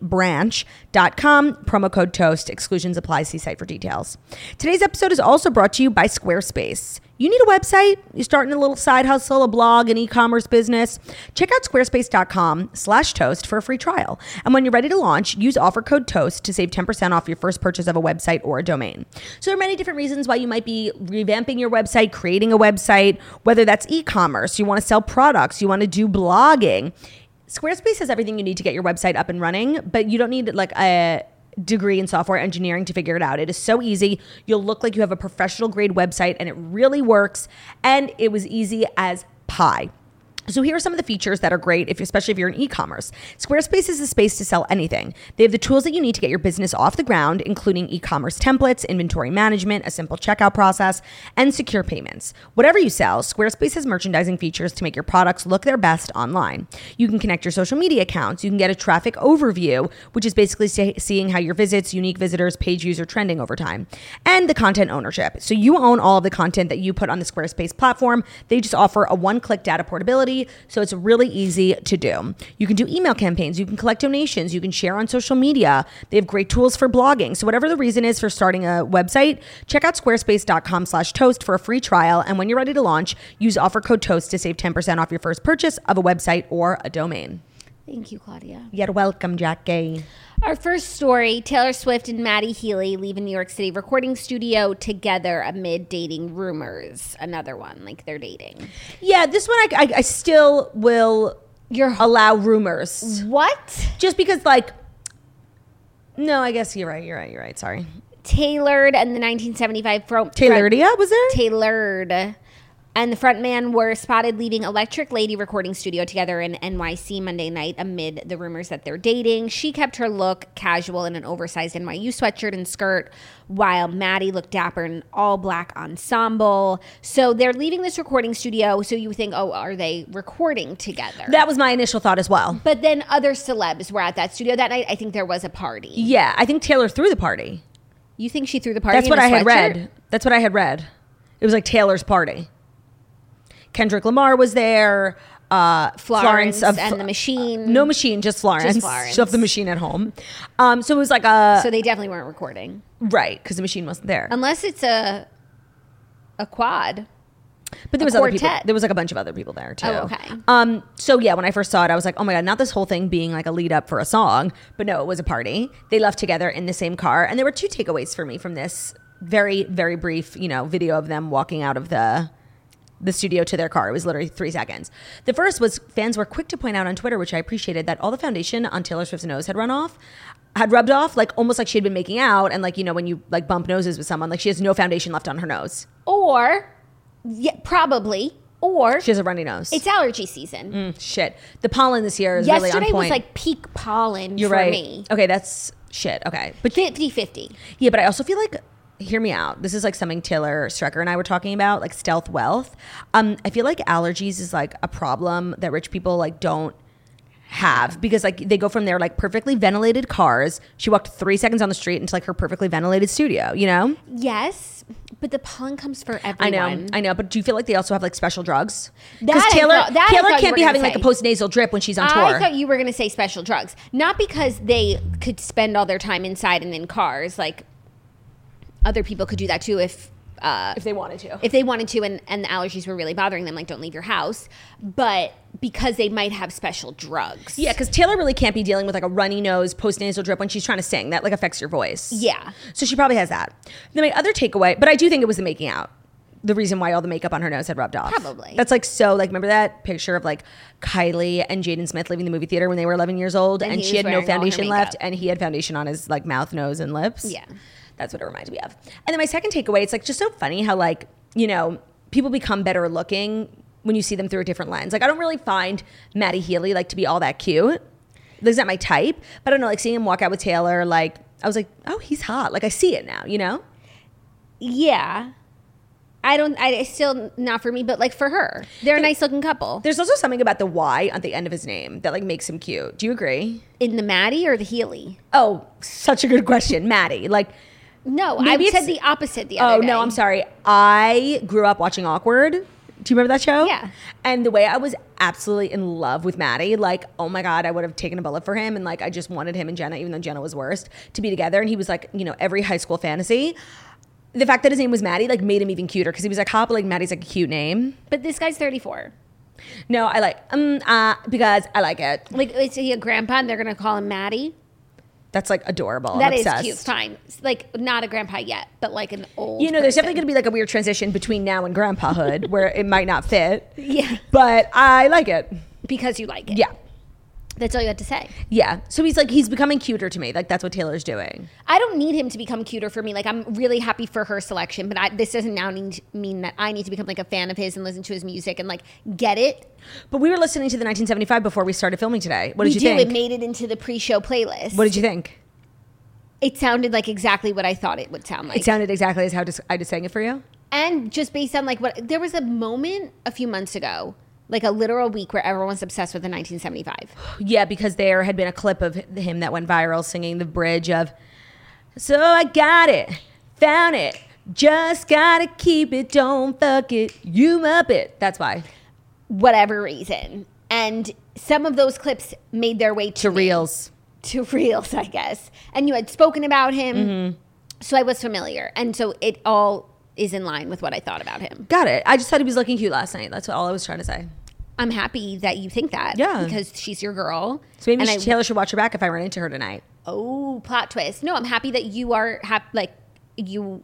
Speaker 1: branch.com. Promo code TOAST. Exclusions apply. See site for details. Today's episode is also brought to you by Squarespace. You need a website? You're starting a little side hustle, a blog, an e-commerce business? Check out squarespace.com slash toast for a free trial. And when you're ready to launch, use offer code toast to save 10% off your first purchase of a website or a domain. So there are many different reasons why you might be revamping your website, creating a website, whether that's e-commerce, you want to sell products, you want to do blogging. Squarespace has everything you need to get your website up and running, but you don't need like a degree in software engineering to figure it out. It is so easy. You'll look like you have a professional grade website and it really works and it was easy as pie. So here are some of the features that are great if especially if you're in e-commerce. Squarespace is the space to sell anything. They have the tools that you need to get your business off the ground, including e-commerce templates, inventory management, a simple checkout process, and secure payments. Whatever you sell, Squarespace has merchandising features to make your products look their best online. You can connect your social media accounts, you can get a traffic overview, which is basically se- seeing how your visits, unique visitors, page views are trending over time, and the content ownership. So you own all of the content that you put on the Squarespace platform. They just offer a one-click data portability, so it's really easy to do. You can do email campaigns, you can collect donations, you can share on social media. They have great tools for blogging. So whatever the reason is for starting a website, check out squarespace.com slash toast for a free trial. And when you're ready to launch, use offer code toast to save 10% off your first purchase of a website or a domain.
Speaker 2: Thank you, Claudia.
Speaker 1: You're welcome, Jackie.
Speaker 2: Our first story Taylor Swift and Maddie Healy leave a New York City recording studio together amid dating rumors. Another one, like they're dating.
Speaker 1: Yeah, this one I, I, I still will allow rumors.
Speaker 2: What?
Speaker 1: Just because, like, no, I guess you're right. You're right. You're right. Sorry.
Speaker 2: Taylored and the 1975 front.
Speaker 1: Tayloria was there?
Speaker 2: Taylored and the frontman were spotted leaving Electric Lady recording studio together in NYC Monday night amid the rumors that they're dating. She kept her look casual in an oversized NYU sweatshirt and skirt, while Maddie looked dapper in all black ensemble. So they're leaving this recording studio. So you think, oh, are they recording together?
Speaker 1: that was my initial thought as well.
Speaker 2: but then other celebs were at that studio that night. I think there was a party.
Speaker 1: Yeah, I think Taylor threw the party.
Speaker 2: You think she threw the party?
Speaker 1: That's
Speaker 2: in
Speaker 1: what
Speaker 2: a
Speaker 1: I had
Speaker 2: sweatshirt?
Speaker 1: read. That's what I had read. It was like Taylor's party. Kendrick Lamar was there. Uh,
Speaker 2: Florence,
Speaker 1: Florence, of
Speaker 2: and the Machine.
Speaker 1: no machine, just Florence.
Speaker 2: Just Florence.
Speaker 1: She left the machine at home. Um, so it was like a
Speaker 2: so they definitely weren't recording.
Speaker 1: right because the machine wasn't there.
Speaker 2: unless it's a a quad.
Speaker 1: But
Speaker 2: a
Speaker 1: there was other people.
Speaker 2: quartet.
Speaker 1: There was like a bunch of other people there too.
Speaker 2: Oh, okay.
Speaker 1: Um. So yeah, when I first saw it, I was like, oh my god, not this whole thing being like a lead up for a song. But no, it was a party. They left together in the same car, and there were two takeaways for me from this very very brief, you know, video of them walking out of the the studio to their car. It was literally three seconds. The first was fans were quick to point out on Twitter, which I appreciated, that all the foundation on Taylor Swift's nose had run off, had rubbed off, like almost like she had been making out, and like you know when you like bump noses with someone, like she has no foundation left on her nose.
Speaker 2: Or yeah, probably. Or
Speaker 1: She has a runny nose.
Speaker 2: it's allergy season.
Speaker 1: Shit. The pollen this year is really
Speaker 2: Yesterday
Speaker 1: on point.
Speaker 2: was like peak pollen
Speaker 1: You're
Speaker 2: for
Speaker 1: right.
Speaker 2: me.
Speaker 1: Okay, that's shit. Okay. But
Speaker 2: 50 50.
Speaker 1: yeah, but I also feel like hear me out. This is like something Taylor Strecker and I were talking about, like stealth wealth. Um, I feel like allergies is like a problem that rich people like don't have because like they go from their like perfectly ventilated cars. She walked three seconds on the street into like her perfectly ventilated studio. You know,
Speaker 2: Yes, but the pawn comes for everyone.
Speaker 1: I know, I know. But do you feel like they also have like special drugs? Because
Speaker 2: That I
Speaker 1: Taylor,
Speaker 2: thought- that I
Speaker 1: Taylor
Speaker 2: thought you
Speaker 1: can't
Speaker 2: were
Speaker 1: be
Speaker 2: gonna
Speaker 1: having like a
Speaker 2: say.
Speaker 1: post nasal drip when she's on tour.
Speaker 2: I thought you were going to say special drugs, not because they could spend all their time inside and in cars. Like other people could do that too if uh,
Speaker 1: if they wanted to.
Speaker 2: if they wanted to, and and the allergies were really bothering them. Like don't leave your house, but because they might have special drugs.
Speaker 1: Yeah, because Taylor really can't be dealing with like a runny nose, post nasal drip when she's trying to sing. That like affects your voice.
Speaker 2: Yeah.
Speaker 1: So she probably has that. Then my other takeaway, but I do think it was the making out. The reason why all the makeup on her nose had rubbed off.
Speaker 2: Probably.
Speaker 1: That's like so like remember that picture of like Kylie and Jaden Smith leaving the movie theater when they were 11 years old and,
Speaker 2: he
Speaker 1: she
Speaker 2: was
Speaker 1: had
Speaker 2: wearing
Speaker 1: no
Speaker 2: all her
Speaker 1: foundation
Speaker 2: makeup.
Speaker 1: left and he had foundation on his like mouth, nose and lips.
Speaker 2: Yeah.
Speaker 1: That's what it reminded me of. And then my second takeaway, it's like just so funny how like, you know, people become better looking when you see them through a different lens. Like I don't really find Maddie Healy like to be all that cute. That's not my type. But I don't know, like seeing him walk out with Taylor, like I was like, oh, he's hot. Like I see it now, you know?
Speaker 2: yeah. I don't. I it's still not for me, but like for her, they're a nice looking couple.
Speaker 1: There's also something about the Y at the end of his name that like makes him cute. Do you agree?
Speaker 2: In the Maddie or the Healy?
Speaker 1: Oh, such a good question, Maddie. Like,
Speaker 2: No,
Speaker 1: Maybe
Speaker 2: I said
Speaker 1: it's-
Speaker 2: the opposite the other
Speaker 1: oh
Speaker 2: day.
Speaker 1: no, I'm sorry. I grew up watching Awkward. Do you remember that show?
Speaker 2: Yeah.
Speaker 1: And the way I was absolutely in love with Maddie, like, oh my God, I would have taken a bullet for him. And like, I just wanted him and Jenna, even though Jenna was worst, to be together. And he was like, you know, every high school fantasy. The fact that his name was Maddie, like, made him even cuter because he was like, hop, like, Maddie's like a cute name.
Speaker 2: But this guy's 34.
Speaker 1: No, I like, um, uh, because I like it.
Speaker 2: Like, is he a grandpa and they're going to call him Maddie?
Speaker 1: That's like adorable.
Speaker 2: That
Speaker 1: I'm
Speaker 2: is
Speaker 1: obsessed.
Speaker 2: cute. Fine. It's Like, not a grandpa yet, but like an old.
Speaker 1: You know, there's definitely going to
Speaker 2: person.
Speaker 1: be like a weird transition between now and grandpahood where it might not fit.
Speaker 2: <laughs> Yeah.
Speaker 1: But I like it.
Speaker 2: Because you like it.
Speaker 1: Yeah.
Speaker 2: That's all you had to say.
Speaker 1: Yeah. So he's like, he's becoming cuter to me. Like, that's what Taylor's doing.
Speaker 2: I don't need him to become cuter for me. Like, I'm really happy for her selection, but I, this doesn't now need, mean that I need to become like a fan of his and listen to his music and like get it.
Speaker 1: But we were listening to the 1975 before we started filming today. What
Speaker 2: we
Speaker 1: did you
Speaker 2: do.
Speaker 1: think?
Speaker 2: It made it into the pre show playlist.
Speaker 1: what did you think?
Speaker 2: it sounded like exactly what I thought it would sound like.
Speaker 1: It sounded exactly as how dis- I just sang it for you.
Speaker 2: and just based on like what there was a moment a few months ago like a literal week where everyone's obsessed with the 1975
Speaker 1: Yeah, because there had been a clip of him that went viral singing the bridge of, So I got it, found it, just gotta keep it, don't fuck it, you muppet. That's why.
Speaker 2: whatever reason and some of those clips made their way to,
Speaker 1: To
Speaker 2: me.
Speaker 1: reels.
Speaker 2: to <laughs> reels i guess and you had spoken about him
Speaker 1: Mm-hmm.
Speaker 2: so i was familiar and so it all is in line with what i thought about him
Speaker 1: Got it. I just thought he was looking cute last night. That's all I was trying to say.
Speaker 2: i'm happy that you think that
Speaker 1: Yeah.
Speaker 2: because she's your girl
Speaker 1: So maybe
Speaker 2: and
Speaker 1: she-
Speaker 2: I-
Speaker 1: Taylor should watch her back if I run into her tonight.
Speaker 2: oh plot twist no i'm happy that you are hap- like you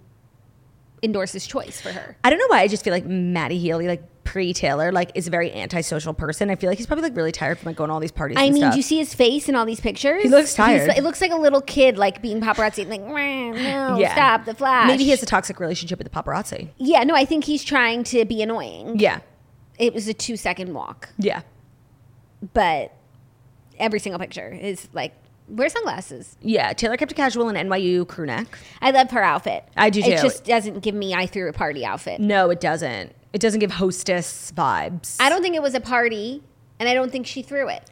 Speaker 2: endorse this choice for her
Speaker 1: I don't know why. I just feel like Maddie Healy, like pre Taylor, like is a very antisocial person. I feel like he's probably like really tired from like going to all these parties.
Speaker 2: I
Speaker 1: and
Speaker 2: mean,
Speaker 1: stuff.
Speaker 2: do you see his face in all these pictures?
Speaker 1: He looks
Speaker 2: He's-
Speaker 1: tired.
Speaker 2: it looks like a little kid, like being paparazzi, and like, "Wah, no, stop the flash.
Speaker 1: Maybe he has a toxic relationship with the paparazzi.
Speaker 2: Yeah, no, I think he's trying to be annoying.
Speaker 1: Yeah,
Speaker 2: It was a two second walk,
Speaker 1: yeah,
Speaker 2: but every single picture is like, wear sunglasses.
Speaker 1: yeah. Taylor kept a casual and NYU crew neck.
Speaker 2: I love her outfit.
Speaker 1: I do
Speaker 2: It
Speaker 1: too.
Speaker 2: just doesn't give me I threw a party outfit.
Speaker 1: No, it doesn't. It doesn't give hostess vibes.
Speaker 2: I don't think it was a party, and I don't think she threw it.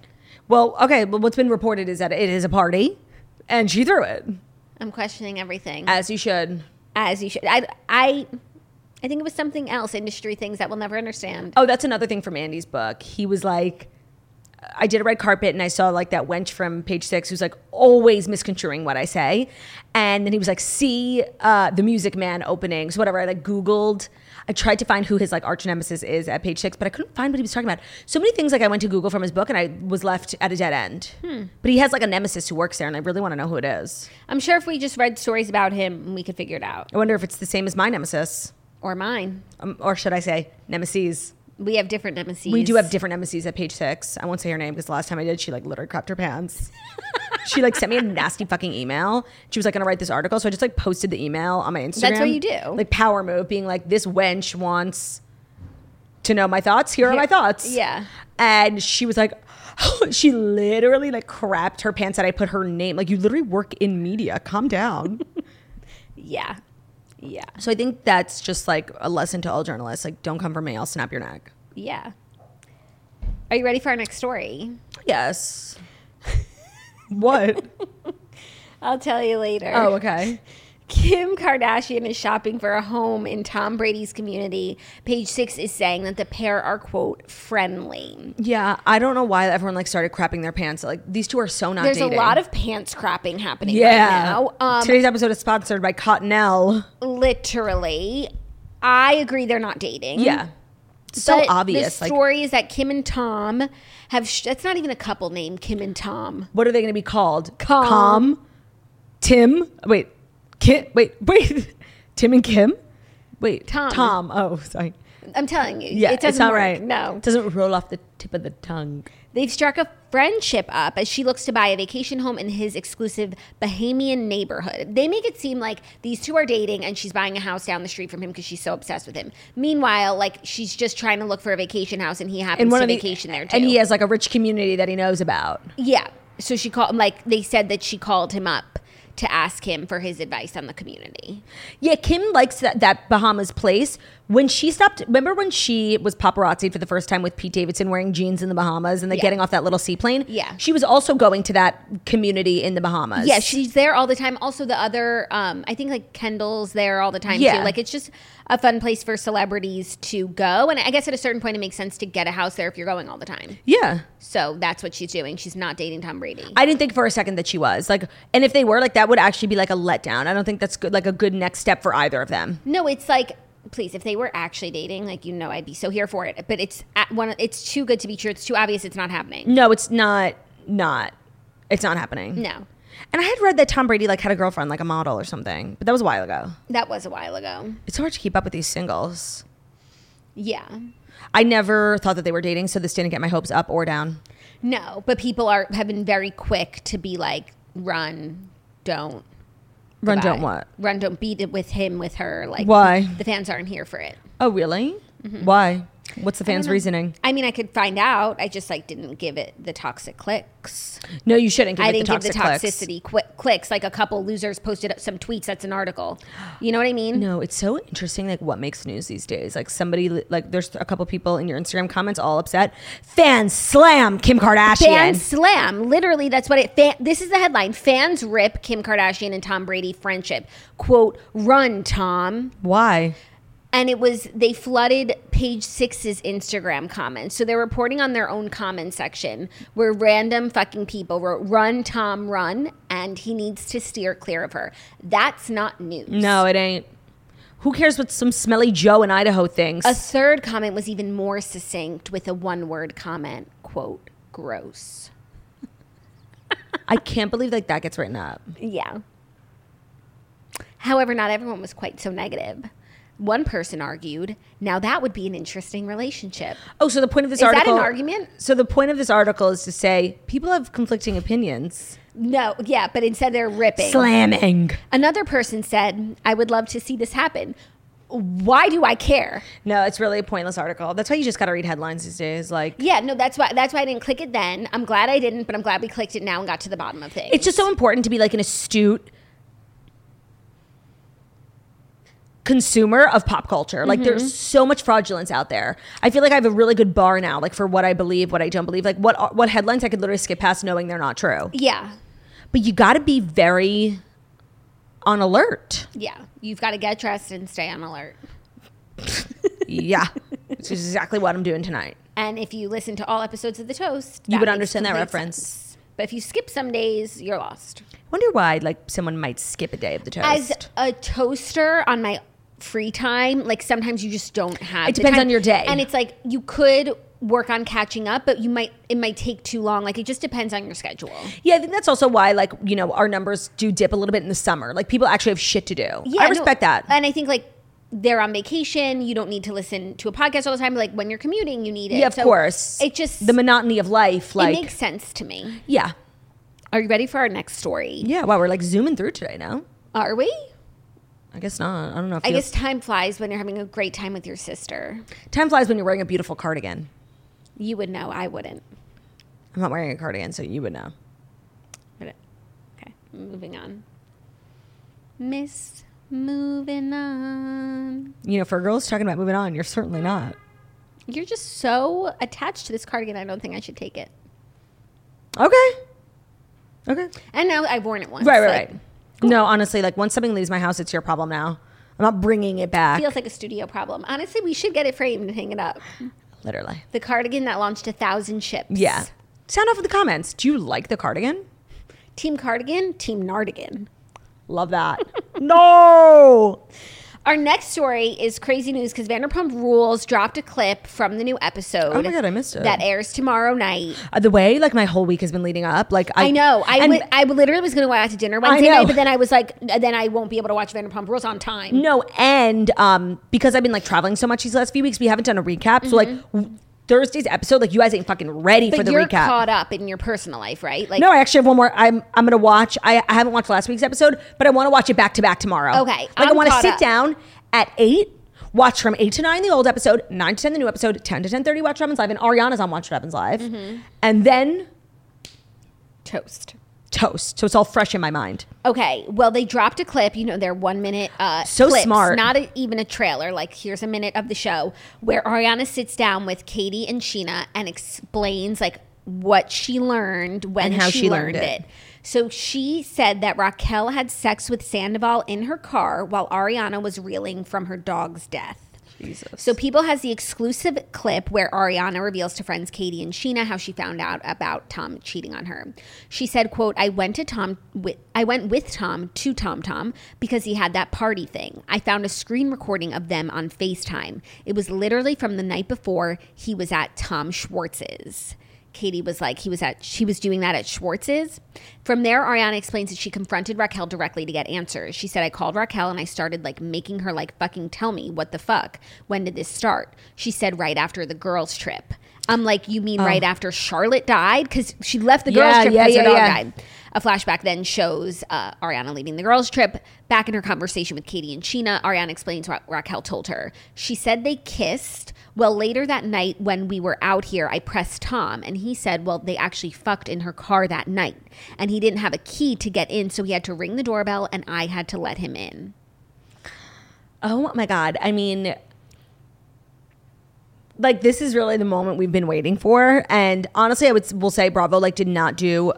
Speaker 1: Well, okay. Well, what's been reported is that it is a party, and she threw it
Speaker 2: I'm questioning everything
Speaker 1: as you should.
Speaker 2: as you should. I, I, I think it was something else, industry things that we'll never understand.
Speaker 1: Oh, that's another thing from Andy's book. He was like, I did a red carpet and I saw like that wench from page six who's like always misconstruing what I say. And then he was like, see uh, the Music Man openings, whatever. I like Googled. I tried to find who his like arch nemesis is at page six, but I couldn't find what he was talking about. So many things like I went to Google from his book and I was left at a dead end. But he has like a nemesis who works there and I really want to know who it is.
Speaker 2: I'm sure if we just read stories about him, we could figure it out.
Speaker 1: I wonder if it's the same as my nemesis.
Speaker 2: Or mine.
Speaker 1: Um, or should I say nemesis?
Speaker 2: We have different nemesis.
Speaker 1: We do have different nemesis at page six. I won't say her name because the last time I did, she like literally crapped her
Speaker 2: <laughs>
Speaker 1: pants. she like sent me a nasty fucking email. She was like gonna write this article, so I just like posted the email on my Instagram.
Speaker 2: That's what you do.
Speaker 1: Like power move, being like, this wench wants to know my thoughts. Here are my thoughts.
Speaker 2: Yeah.
Speaker 1: And she was like, <laughs> she literally like crapped her pants that I put her name. Like you literally work in media. Calm down.
Speaker 2: Yeah. <laughs> Yeah.
Speaker 1: So I think that's just like a lesson to all journalists. Like, don't come for me. I'll snap your neck.
Speaker 2: Yeah. Are you ready for our next story? <laughs>
Speaker 1: Yes. what?
Speaker 2: I'll tell you later.
Speaker 1: Oh, okay.
Speaker 2: Kim Kardashian is shopping for a home in Tom Brady's community. Page six is saying that the pair are, quote, friendly.
Speaker 1: Yeah, I don't know why everyone like started crapping their pants. Like these two are so not.
Speaker 2: There's
Speaker 1: dating.
Speaker 2: a lot of pants crapping happening
Speaker 1: yeah.
Speaker 2: right now. Um, Mm-hmm.
Speaker 1: Today's episode is sponsored by Cottonelle.
Speaker 2: literally, I agree they're not dating.
Speaker 1: Yeah. So
Speaker 2: But
Speaker 1: obvious.
Speaker 2: The
Speaker 1: Like,
Speaker 2: story is that Kim and Tom have. Sh- that's not even a couple name. Kim and Tom.
Speaker 1: what are they going to be called?
Speaker 2: Com.
Speaker 1: Com, Tim. Wait. Kim. Wait. <laughs> Wait. Tim and Kim. Wait.
Speaker 2: Tom.
Speaker 1: Tom. Oh, sorry.
Speaker 2: I'm telling you,
Speaker 1: Yeah,
Speaker 2: it doesn't
Speaker 1: it's not
Speaker 2: work.
Speaker 1: right.
Speaker 2: No,
Speaker 1: It doesn't roll off the tip of the tongue.
Speaker 2: They've struck a friendship up as she looks to buy a vacation home in his exclusive Bahamian neighborhood. They make it seem like these two are dating and she's buying a house down the street from him because she's so obsessed with him. Meanwhile, like she's just trying to look for a vacation house and he happens
Speaker 1: And one
Speaker 2: to
Speaker 1: of the
Speaker 2: vacation there too.
Speaker 1: and he has like a rich community that he knows about.
Speaker 2: yeah. So she called him like they said that she called him up to ask him for his advice on the community.
Speaker 1: Yeah, Kim likes that, that Bahamas place. When she stopped, remember when she was paparazzi for the first time with Pete Davidson wearing jeans in the Bahamas and then
Speaker 2: Yeah.
Speaker 1: getting off that little seaplane?
Speaker 2: Yeah.
Speaker 1: She was also going to that community in the Bahamas.
Speaker 2: Yeah, she's there all the time. Also, the other, um, I think like Kendall's there all the time
Speaker 1: Yeah.
Speaker 2: too. Like it's just a fun place for celebrities to go. And I guess at a certain point, it makes sense to get a house there if you're going all the time.
Speaker 1: Yeah.
Speaker 2: So that's what she's doing. She's not dating Tom Brady.
Speaker 1: I didn't think for a second that she was. Like, and if they were, like, that would actually be like a letdown. I don't think that's good, like a good next step for either of them.
Speaker 2: no, it's like. Please, if they were actually dating, like you know, I'd be so here for it. But it's at one. It's too good to be true. It's too obvious. It's not happening.
Speaker 1: No, it's not, not, it's not happening.
Speaker 2: No,
Speaker 1: And I had read that Tom Brady, like, had a girlfriend, like a model or something, but that was a while ago.
Speaker 2: that was a while ago.
Speaker 1: It's hard to keep up with these singles.
Speaker 2: Yeah.
Speaker 1: I never thought that they were dating, so this didn't get my hopes up or down.
Speaker 2: No, but people are have been very quick to be like, run, don't.
Speaker 1: Run
Speaker 2: Goodbye.
Speaker 1: don't what?
Speaker 2: Run don't beat it with him with her. Like
Speaker 1: Why?
Speaker 2: The fans aren't here for it.
Speaker 1: Oh, really? Why? What's the fans' reasoning?
Speaker 2: Mm-hmm. I mean, I could find out. I just like didn't give it the toxic clicks.
Speaker 1: No, you shouldn't. Give
Speaker 2: I
Speaker 1: it
Speaker 2: didn't
Speaker 1: the
Speaker 2: give the
Speaker 1: toxic clicks.
Speaker 2: toxicity qui- clicks. Like a couple losers posted up some tweets. That's an article. You know what I mean?
Speaker 1: No, it's so interesting. Like what makes news these days? Like somebody, like there's a couple people in your Instagram comments all upset. Fans slam Kim Kardashian.
Speaker 2: Fans slam. Literally, that's what it. Fan, this is the headline. Fans rip Kim Kardashian and Tom Brady friendship. Quote: Run, Tom.
Speaker 1: Why?
Speaker 2: and it was they flooded page six's instagram comments so they're reporting on their own comment section where random fucking people wrote run tom run and he needs to steer clear of her that's not news
Speaker 1: No, it ain't. Who cares what some smelly Joe in Idaho thinks?
Speaker 2: a third comment was even more succinct with a one word comment quote gross
Speaker 1: I can't believe like that gets written up.
Speaker 2: yeah however not everyone was quite so negative one person argued now that would be an interesting relationship
Speaker 1: Oh, so the point of this
Speaker 2: Is that an
Speaker 1: article
Speaker 2: argument?
Speaker 1: So the point of this article is to say people have conflicting opinions.
Speaker 2: no yeah but instead they're ripping
Speaker 1: Slamming.
Speaker 2: Another person said, I would love to see this happen. Why do I care?
Speaker 1: No, it's really a pointless article. That's why you just got to read headlines these days. Like,
Speaker 2: Yeah, no, that's why that's why I didn't click it then. I'm glad I didn't, but I'm glad we clicked it now and got to the bottom of things.
Speaker 1: it's just so important to be like an astute consumer of pop culture. Like,
Speaker 2: Mm-hmm.
Speaker 1: there's so much fraudulence out there. I feel like I have a really good bar now, like for what I believe, what I don't believe, like what are- what headlines I could literally skip past knowing they're not true.
Speaker 2: yeah,
Speaker 1: But you got to be very on alert.
Speaker 2: yeah. You've got to get dressed and stay on alert. <laughs>
Speaker 1: yeah, which is exactly what I'm doing tonight.
Speaker 2: And if you listen to all episodes of The Toast,
Speaker 1: You would
Speaker 2: makes
Speaker 1: understand that
Speaker 2: complete
Speaker 1: reference.
Speaker 2: sense. But if you skip some days, you're lost.
Speaker 1: Wonder why, like, someone might skip a day of the toast.
Speaker 2: As a toaster on my free time, like sometimes you just don't have.
Speaker 1: It
Speaker 2: the
Speaker 1: depends
Speaker 2: time.
Speaker 1: on your day.
Speaker 2: and it's like you could work on catching up, but you might it might take too long. Like it just depends on your schedule.
Speaker 1: Yeah, I think that's also why, like, you know, our numbers do dip a little bit in the summer. Like, people actually have shit to do. I
Speaker 2: no,
Speaker 1: respect that.
Speaker 2: And I think like they're on vacation. You don't need to listen to a podcast all the time. Like when you're commuting, you need it.
Speaker 1: yeah, of
Speaker 2: So
Speaker 1: course.
Speaker 2: It just
Speaker 1: the monotony of life.
Speaker 2: it
Speaker 1: Like,
Speaker 2: makes sense to me.
Speaker 1: yeah,
Speaker 2: Are you ready for our next story?
Speaker 1: yeah. Wow, we're like zooming through today now.
Speaker 2: Are we?
Speaker 1: I guess not. I don't know. If
Speaker 2: I guess time flies when you're having a great time with your sister.
Speaker 1: time flies when you're wearing a beautiful cardigan.
Speaker 2: You would know. I wouldn't.
Speaker 1: I'm not wearing a cardigan, so you would know.
Speaker 2: Okay, moving on. Miss Moving on.
Speaker 1: You know, for a girl who's talking about moving on, you're certainly not.
Speaker 2: You're just so attached to this cardigan. I don't think I should take it.
Speaker 1: Okay. Okay.
Speaker 2: And now I've worn it once.
Speaker 1: Right, right,
Speaker 2: like,
Speaker 1: right. No, honestly, like once something leaves my house, it's your problem now. I'm not bringing it back.
Speaker 2: Feels like a studio problem. Honestly, we should get it framed and hang it up.
Speaker 1: Literally.
Speaker 2: The cardigan that launched a thousand ships.
Speaker 1: Yeah. Sound off in the comments. Do you like the cardigan?
Speaker 2: Team cardigan, team nardigan.
Speaker 1: Love
Speaker 2: <laughs>
Speaker 1: that. no.
Speaker 2: Our next story is crazy news because Vanderpump Rules dropped a clip from the new episode.
Speaker 1: Oh my God, I missed it.
Speaker 2: That airs tomorrow night.
Speaker 1: Uh, the way like my whole week has been leading up, like I,
Speaker 2: I know. I
Speaker 1: and-
Speaker 2: went- I literally was going to go out to dinner Wednesday
Speaker 1: know.
Speaker 2: night, but then I was like, then I won't be able to watch Vanderpump Rules on time.
Speaker 1: No, and um, because I've been like traveling so much these last few weeks, we haven't done a recap. So like w- Thursday's episode, like you guys ain't fucking ready
Speaker 2: Mm-hmm. but
Speaker 1: for the
Speaker 2: you're
Speaker 1: recap.
Speaker 2: caught up in your personal life, right? Like,
Speaker 1: no, I actually have one more. I'm I'm gonna watch. I, I haven't watched last week's episode, but I want to watch it back to back tomorrow.
Speaker 2: Okay,
Speaker 1: like i
Speaker 2: I'm
Speaker 1: want to
Speaker 2: caught
Speaker 1: sit
Speaker 2: up.
Speaker 1: down at eight, watch from eight to nine the old episode, nine to ten the new episode, ten to ten thirty watch Robin's live, and Ariana's on Watch What Happens Live,
Speaker 2: Mm-hmm.
Speaker 1: and then
Speaker 2: toast.
Speaker 1: toast. So it's all fresh in my mind.
Speaker 2: Okay, well, they dropped a clip. You know, their one minute uh,
Speaker 1: So
Speaker 2: clips,
Speaker 1: smart.
Speaker 2: Not a, even a trailer. Like, here's a minute of the show where Ariana sits down with Katie and Sheena and explains like what she learned when
Speaker 1: And how
Speaker 2: she,
Speaker 1: she
Speaker 2: learned,
Speaker 1: learned
Speaker 2: it.
Speaker 1: it.
Speaker 2: So she said that Raquel had sex with Sandoval in her car while Ariana was reeling from her dog's death. So People has the exclusive clip where Ariana reveals to friends Katie and Sheena how she found out about Tom cheating on her. She said, quote, I went to Tom with I went with Tom to Tom Tom because he had that party thing. I found a screen recording of them on FaceTime. It was literally from the night before he was at Tom Schwartz's. Katie was like, he was at, she was doing that at Schwartz's. From there, Ariana explains that she confronted Raquel directly to get answers. She said, I called Raquel and I started like making her like fucking tell me what the fuck. When did this start? She said, right after the girls' trip. I'm like, you mean right after Charlotte died? Because she left the girls'
Speaker 1: Oh. Yeah,
Speaker 2: trip
Speaker 1: yeah,
Speaker 2: because
Speaker 1: yeah,
Speaker 2: her dog
Speaker 1: yeah.
Speaker 2: died. A flashback then shows uh, Ariana leaving the girls' trip. Back in her conversation with Katie and Sheena, Ariana explains what Raquel told her. She said they kissed. Well, later that night when we were out here, I pressed Tom and he said, Well, they actually fucked in her car that night. And he didn't have a key to get in, so he had to ring the doorbell and I had to let him in.
Speaker 1: Oh my God. I mean, like this is really the moment we've been waiting for. And honestly, I would will say Bravo like did not do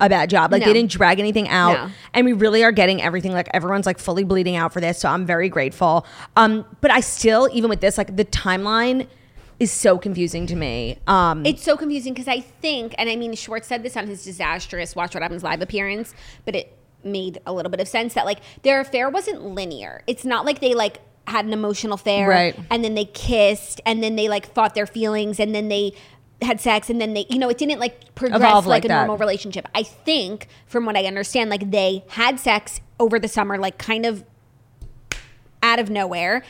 Speaker 1: a bad job. Like
Speaker 2: No.
Speaker 1: they didn't drag anything out.
Speaker 2: No.
Speaker 1: And we really are getting everything. Like everyone's like fully bleeding out for this. So I'm very grateful. Um, but I still, even with this, like the timeline is so confusing to me. Um
Speaker 2: It's so confusing because I think, and I mean, Schwartz said this on his disastrous Watch What Happens Live appearance, but it made a little bit of sense that like their affair wasn't linear. It's not like they like had an emotional affair
Speaker 1: Right.
Speaker 2: and then they kissed and then they like fought their feelings and then they had sex and then they you know it didn't like progress
Speaker 1: Evolve
Speaker 2: like,
Speaker 1: like
Speaker 2: a
Speaker 1: that.
Speaker 2: normal relationship. I think from what I understand like they had sex over the summer like kind of out of nowhere.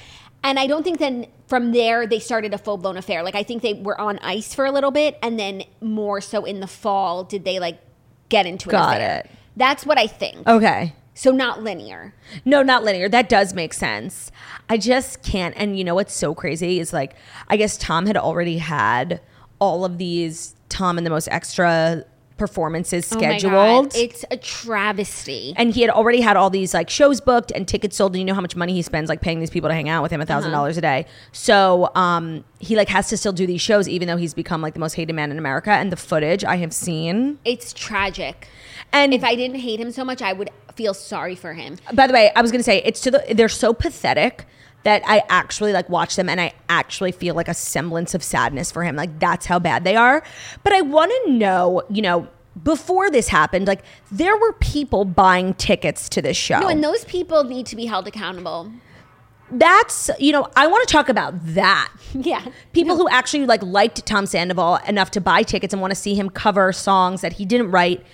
Speaker 2: And I don't think then from there they started a full blown affair. Like I think they were on ice for a little bit, and then more so in the fall did they like get into an
Speaker 1: Got
Speaker 2: affair.
Speaker 1: it. Oh.
Speaker 2: That's what I think.
Speaker 1: Okay.
Speaker 2: So not linear.
Speaker 1: No, not linear. That does make sense. I just can't. And you know what's so crazy is like, I guess Tom had already had all of these Tom and the Most Extra performances
Speaker 2: Oh my God.
Speaker 1: scheduled.
Speaker 2: It's a travesty.
Speaker 1: and he had already had all these like shows booked and tickets sold and you know how much money he spends like paying these people to hang out with him a thousand
Speaker 2: Uh-huh.
Speaker 1: dollars a day so um he like has to still do these shows even though he's become like the most hated man in america and the footage i have seen
Speaker 2: It's tragic.
Speaker 1: and
Speaker 2: If I didn't hate him so much, I would feel sorry for him.
Speaker 1: By the way, I was gonna say it's to the they're so pathetic that I actually like watch them and I actually feel like a semblance of sadness for him. Like that's how bad they are. But I want to know, you know, before this happened, like there were people buying tickets to this show.
Speaker 2: No, and those people need to be held accountable. <laughs>
Speaker 1: that's you know, I want to talk about that.
Speaker 2: Yeah.
Speaker 1: People who actually like liked Tom Sandoval enough to buy tickets and want to see him cover songs that he didn't write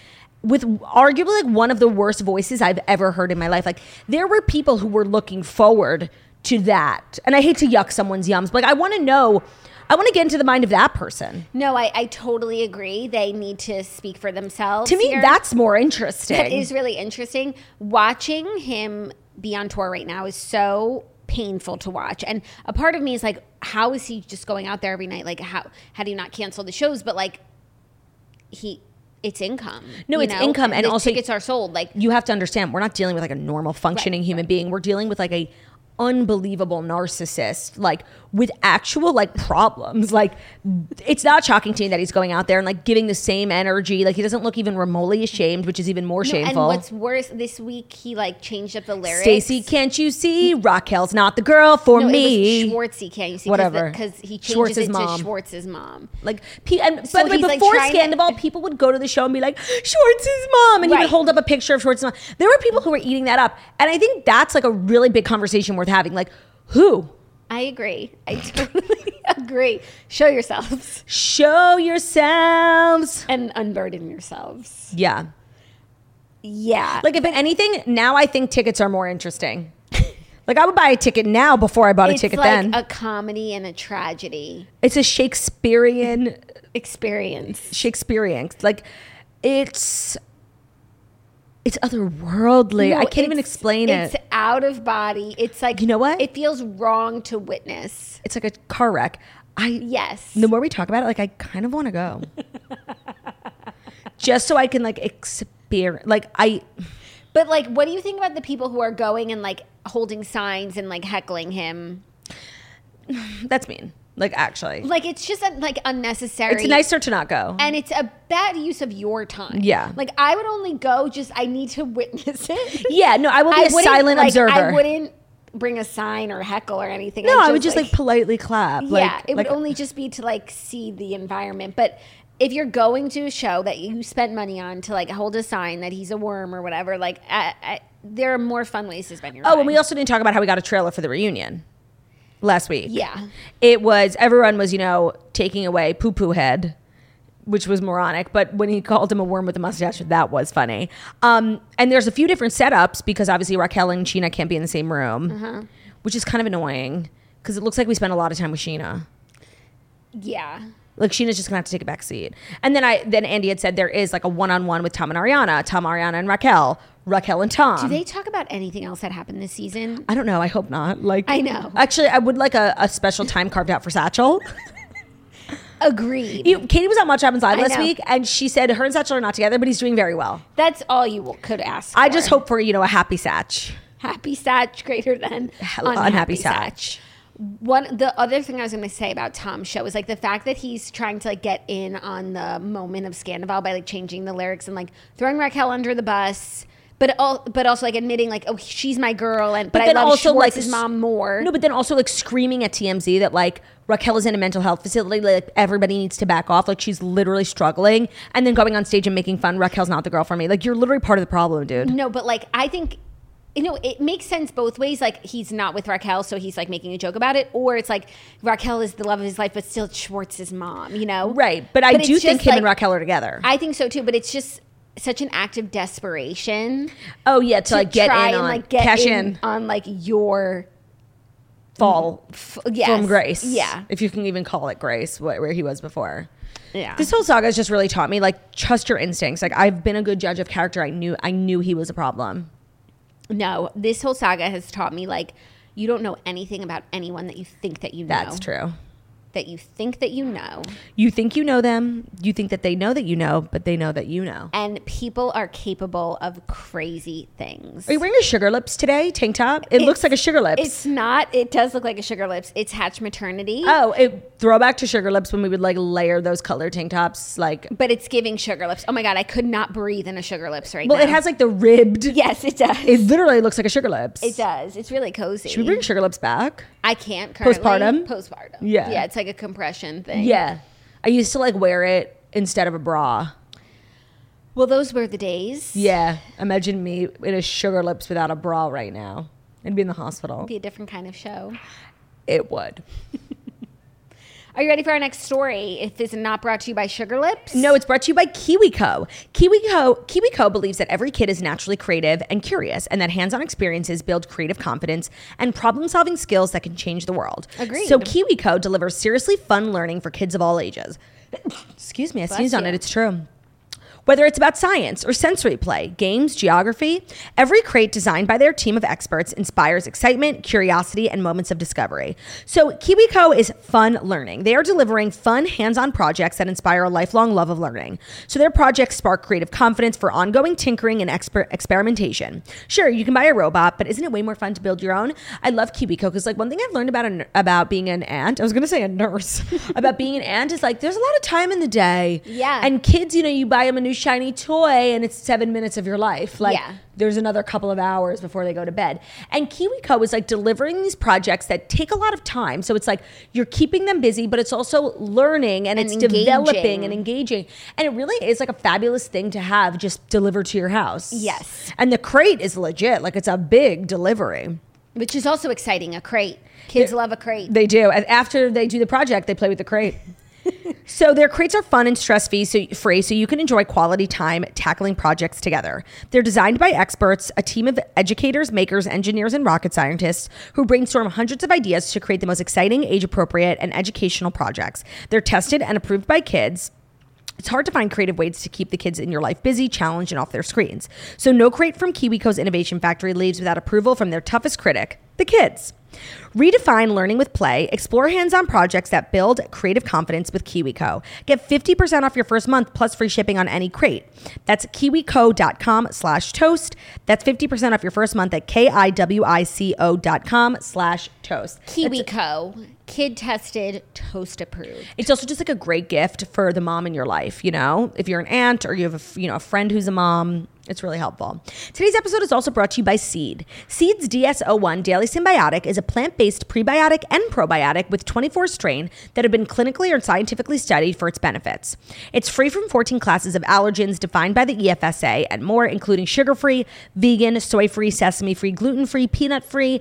Speaker 1: with arguably like one of the worst voices I've ever heard in my life. Like there were people who were looking forward to that. And I hate to yuck someone's yums, but like I want to know I want to get into the mind of that person.
Speaker 2: No, I, I totally agree. They need to speak for themselves.
Speaker 1: To me,
Speaker 2: here.
Speaker 1: that's more interesting.
Speaker 2: That is really interesting. Watching him be on tour right now is so painful to watch. And a part of me is like, how is he just going out there every night? Like, how how do you not cancel the shows? But like, he it's income.
Speaker 1: No,
Speaker 2: you
Speaker 1: it's income, and
Speaker 2: the
Speaker 1: also-
Speaker 2: tickets are sold. Like
Speaker 1: you have to understand we're not dealing with like a normal functioning human being we're dealing with like a unbelievable narcissist like with actual like problems like it's not shocking to me that he's going out there and like giving the same energy like he doesn't look even remotely ashamed which is even more
Speaker 2: No,
Speaker 1: shameful
Speaker 2: And what's worse, this week he like changed up the lyrics.
Speaker 1: Stacy, can't you see? Raquel's not the girl for
Speaker 2: no,
Speaker 1: me.
Speaker 2: it was Schwartzy, can you see?
Speaker 1: Whatever.
Speaker 2: because he changes
Speaker 1: Schwartz's
Speaker 2: it to
Speaker 1: mom.
Speaker 2: Schwartz's mom.
Speaker 1: Like, pe- and
Speaker 2: So
Speaker 1: by the way,
Speaker 2: he's, like,
Speaker 1: before
Speaker 2: trying to-
Speaker 1: Scandival, people would go to the show and be like, Schwartz's mom. And he
Speaker 2: Right.
Speaker 1: would hold up a picture of Schwartz's mom. There were people who were eating that up. And I think that's like a really big conversation worth having. Like, who?
Speaker 2: I agree. I <laughs> totally agree. Show yourselves
Speaker 1: Show yourselves.
Speaker 2: and unburden yourselves.
Speaker 1: Yeah.
Speaker 2: Yeah,
Speaker 1: Like, if anything, now I think tickets are more interesting. <laughs> like, I would buy a ticket now before I bought a
Speaker 2: it's
Speaker 1: ticket
Speaker 2: like
Speaker 1: then.
Speaker 2: a comedy and a tragedy
Speaker 1: it's a Shakespearean
Speaker 2: experience.
Speaker 1: Shakespearean. Like it's it's otherworldly.
Speaker 2: No,
Speaker 1: I can't even
Speaker 2: it's-
Speaker 1: explain
Speaker 2: it's
Speaker 1: it.
Speaker 2: out of body. It's like
Speaker 1: You know what?
Speaker 2: It feels wrong to witness.
Speaker 1: It's like a car wreck. I
Speaker 2: Yes.
Speaker 1: the more we talk about it, like I kind of want to
Speaker 2: <laughs>
Speaker 1: go. Just so I can like experience like I
Speaker 2: But like, what do you think about the people who are going and like holding signs and like heckling him?
Speaker 1: that's mean. Like actually.
Speaker 2: Like, it's just uh, like unnecessary.
Speaker 1: It's nicer to not go.
Speaker 2: and it's a bad use of your time.
Speaker 1: Yeah.
Speaker 2: Like I would only go just I need to witness it.
Speaker 1: yeah, no, I will be
Speaker 2: I
Speaker 1: a silent
Speaker 2: like,
Speaker 1: observer.
Speaker 2: I wouldn't bring a sign or heckle or anything.
Speaker 1: no, I would just like, politely clap.
Speaker 2: yeah,
Speaker 1: like,
Speaker 2: it would
Speaker 1: like-
Speaker 2: only just be to like see the environment. But if you're going to a show that you spent money on to like hold a sign that he's a worm or whatever, like I, I, there are more fun ways to spend your
Speaker 1: Oh,
Speaker 2: time.
Speaker 1: and we also didn't talk about how we got a trailer for the reunion last week.
Speaker 2: yeah.
Speaker 1: it was everyone was you know taking away poo poo head which was moronic but when he called him a worm with a mustache that was funny um, and there's a few different setups because obviously raquel and sheena can't be in the same room
Speaker 2: Uh-huh.
Speaker 1: which is kind of annoying because it looks like we spent a lot of time with sheena
Speaker 2: Yeah.
Speaker 1: like Sheena's just gonna have to take a back seat. And then I then Andy had said there is like a one on one with Tom and Ariana, Tom, Ariana, and Raquel, Raquel and Tom.
Speaker 2: Do they talk about anything else that happened this season?
Speaker 1: I don't know. I hope not. Like
Speaker 2: I know.
Speaker 1: Actually, I would like a, a special time carved out for Satchel.
Speaker 2: Agreed.
Speaker 1: You- Katie was on Watch What Happens Live
Speaker 2: I
Speaker 1: last
Speaker 2: know.
Speaker 1: week, and she said her and Satchel are not together, but he's doing very well.
Speaker 2: That's all you will- could ask.
Speaker 1: I
Speaker 2: for.
Speaker 1: just hope for you know a happy Satch,
Speaker 2: happy Satch greater than
Speaker 1: unhappy, unhappy Satch.
Speaker 2: One the other thing I was going to say about Tom's show is like the fact that he's trying to like get in on the moment of Scandival by like changing the lyrics and like throwing Raquel under the bus, but all, but also like admitting like oh she's my girl and but, I love Schwartz's
Speaker 1: s-
Speaker 2: mom more.
Speaker 1: No, but then also like screaming at TMZ that like Raquel is in a mental health facility, like everybody needs to back off, like she's literally struggling, and then going on stage and making fun. Raquel's not the girl for me. Like you're literally part of the problem, dude.
Speaker 2: No, but like I think you know, it makes sense both ways. Like he's not with Raquel, so he's like making a joke about it, or it's like Raquel is the love of his life, but still Schwartz's mom. You know,
Speaker 1: Right, but I
Speaker 2: it's
Speaker 1: do think
Speaker 2: just,
Speaker 1: him and
Speaker 2: like,
Speaker 1: Raquel are together.
Speaker 2: I think so too, but it's just such an act of desperation
Speaker 1: oh yeah, to,
Speaker 2: to
Speaker 1: like get in
Speaker 2: try and
Speaker 1: on
Speaker 2: like get
Speaker 1: cash
Speaker 2: in,
Speaker 1: in,
Speaker 2: on like your
Speaker 1: fall
Speaker 2: yes.
Speaker 1: from grace.
Speaker 2: Yeah.
Speaker 1: if you can even call it grace, wh- where he was before.
Speaker 2: yeah.
Speaker 1: This whole saga has just really taught me like trust your instincts. Like I've been a good judge of character. I knew I knew he was a problem.
Speaker 2: no, this whole saga has taught me like you don't know anything about anyone that you think that you know.
Speaker 1: That's true.
Speaker 2: That you think that you know,
Speaker 1: You think you know them. You think that they know that you know, but they know that you know.
Speaker 2: and people are capable of crazy things.
Speaker 1: Are you wearing a sugar lips today tank top? It looks
Speaker 2: It's-
Speaker 1: like a sugar lips.
Speaker 2: It's not. It does look like a sugar lips. It's Hatch Maternity,
Speaker 1: oh, it throwback to sugar lips when we would like layer those color tank tops. Like,
Speaker 2: but it's giving sugar lips. Oh my god, I could not breathe in a sugar lips right
Speaker 1: well,
Speaker 2: now.
Speaker 1: it has like the ribbed.
Speaker 2: Yes, it does.
Speaker 1: It literally looks like a sugar lips.
Speaker 2: It does. It's really cozy.
Speaker 1: Should we bring sugar lips back?
Speaker 2: I can't currently.
Speaker 1: Postpartum?
Speaker 2: Postpartum.
Speaker 1: Yeah.
Speaker 2: Yeah, it's like a compression thing.
Speaker 1: Yeah, I used to like wear it instead of a bra.
Speaker 2: Well, those were the days.
Speaker 1: Yeah, imagine me in a sugar lips without a bra right now. I'd be in the hospital.
Speaker 2: Be a different kind of show.
Speaker 1: It would.
Speaker 2: Are you ready for our next story? If this is not brought to you by Sugar Lips.
Speaker 1: No, it's brought to you by KiwiCo. KiwiCo, KiwiCo believes that every kid is naturally creative and curious, and that hands-on experiences build creative confidence and problem-solving skills that can change the world.
Speaker 2: Agreed.
Speaker 1: So KiwiCo delivers seriously fun learning for kids of all ages. <coughs> Excuse me, I sneezed on
Speaker 2: you.
Speaker 1: it. It's true. Whether it's about science or sensory play, games, geography, every crate designed by their team of experts inspires excitement, curiosity, and moments of discovery. So KiwiCo is fun learning. They are delivering fun, hands-on projects that inspire a lifelong love of learning. So their projects spark creative confidence for ongoing tinkering and exper- experimentation. Sure, you can buy a robot, but isn't it way more fun to build your own? I love KiwiCo because like one thing I've learned about a, about being an aunt, I was gonna say a nurse, <laughs> about being an aunt is like there's a lot of time in the day.
Speaker 2: Yeah.
Speaker 1: And kids, you know, you buy them a new shiny toy and it's seven minutes of your life. Like
Speaker 2: Yeah.
Speaker 1: there's another couple of hours before they go to bed. And KiwiCo is like delivering these projects that take a lot of time. So it's like you're keeping them busy, but it's also learning and, it's developing
Speaker 2: engaging.
Speaker 1: and engaging. And it really is like a fabulous thing to have just delivered to your house.
Speaker 2: Yes.
Speaker 1: And the crate is legit. Like it's a big delivery.
Speaker 2: which is also exciting. A crate. Kids love a crate.
Speaker 1: They do. And after they do the project, they play with the crate. so their crates are fun and stress free, so free, so you can enjoy quality time tackling projects together. They're designed by experts, a team of educators, makers, engineers, and rocket scientists who brainstorm hundreds of ideas to create the most exciting, age-appropriate, and educational projects. They're tested and approved by kids. It's hard to find creative ways to keep the kids in your life busy, challenged, and off their screens. So, no crate from KiwiCo's Innovation Factory leaves without approval from their toughest critic, the kids. Redefine learning with play. Explore hands on projects that build creative confidence with KiwiCo. Get 50% off your first month plus free shipping on any crate. That's kiwico.com slash toast. That's 50% off your first month at K I W I C O dot com slash toast.
Speaker 2: KiwiCo. Kid tested, toast approved.
Speaker 1: It's also just like a great gift for the mom in your life, you know? If you're an aunt or you have a, f- you know, a friend who's a mom, it's really helpful. Today's episode is also brought to you by Seed. Seed's DSO1 Daily Symbiotic is a plant-based prebiotic and probiotic with 24 strain that have been clinically or scientifically studied for its benefits. It's free from 14 classes of allergens defined by the E EFSA and more, including sugar-free, vegan, soy-free, sesame-free, gluten-free, peanut-free,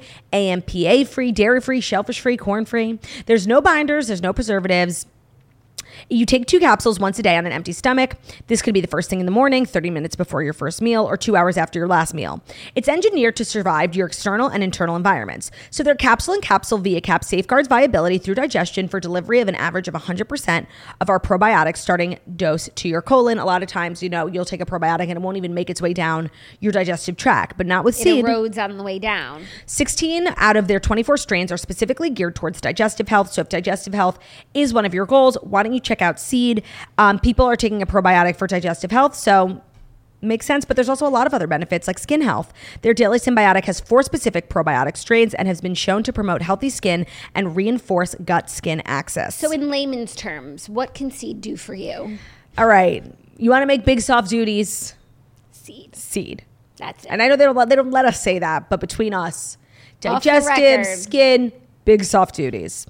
Speaker 1: AMPA-free, dairy-free, shellfish-free, corn-free. There's no binders, there's no preservatives. You take two capsules once a day on an empty stomach. This could be the first thing in the morning, 30 minutes before your first meal, or two hours after your last meal. It's engineered to survive your external and internal environments. So their capsule and capsule via cap safeguards viability through digestion for delivery of an average of 100% of our probiotic starting dose to your colon. A lot of times, you know, you'll take a probiotic and it won't even make its way down your digestive tract, but not with
Speaker 2: It
Speaker 1: seed.
Speaker 2: erodes on the way down.
Speaker 1: 16 out of their 24 strains are specifically geared towards digestive health. So if digestive health is one of your goals, why don't you check out Seed? Um, people are taking a probiotic for digestive health. So makes sense but there's also a lot of other benefits like skin health their daily symbiotic has four specific probiotic strains and has been shown to promote healthy skin and reinforce gut skin axis
Speaker 2: So, in layman's terms, what can seed do for you?
Speaker 1: all right you want to make big soft duties
Speaker 2: Seed.
Speaker 1: seed
Speaker 2: That's it.
Speaker 1: and i know they don't, let- they don't let us say that but between us
Speaker 2: Off the
Speaker 1: digestive
Speaker 2: record.
Speaker 1: skin big soft duties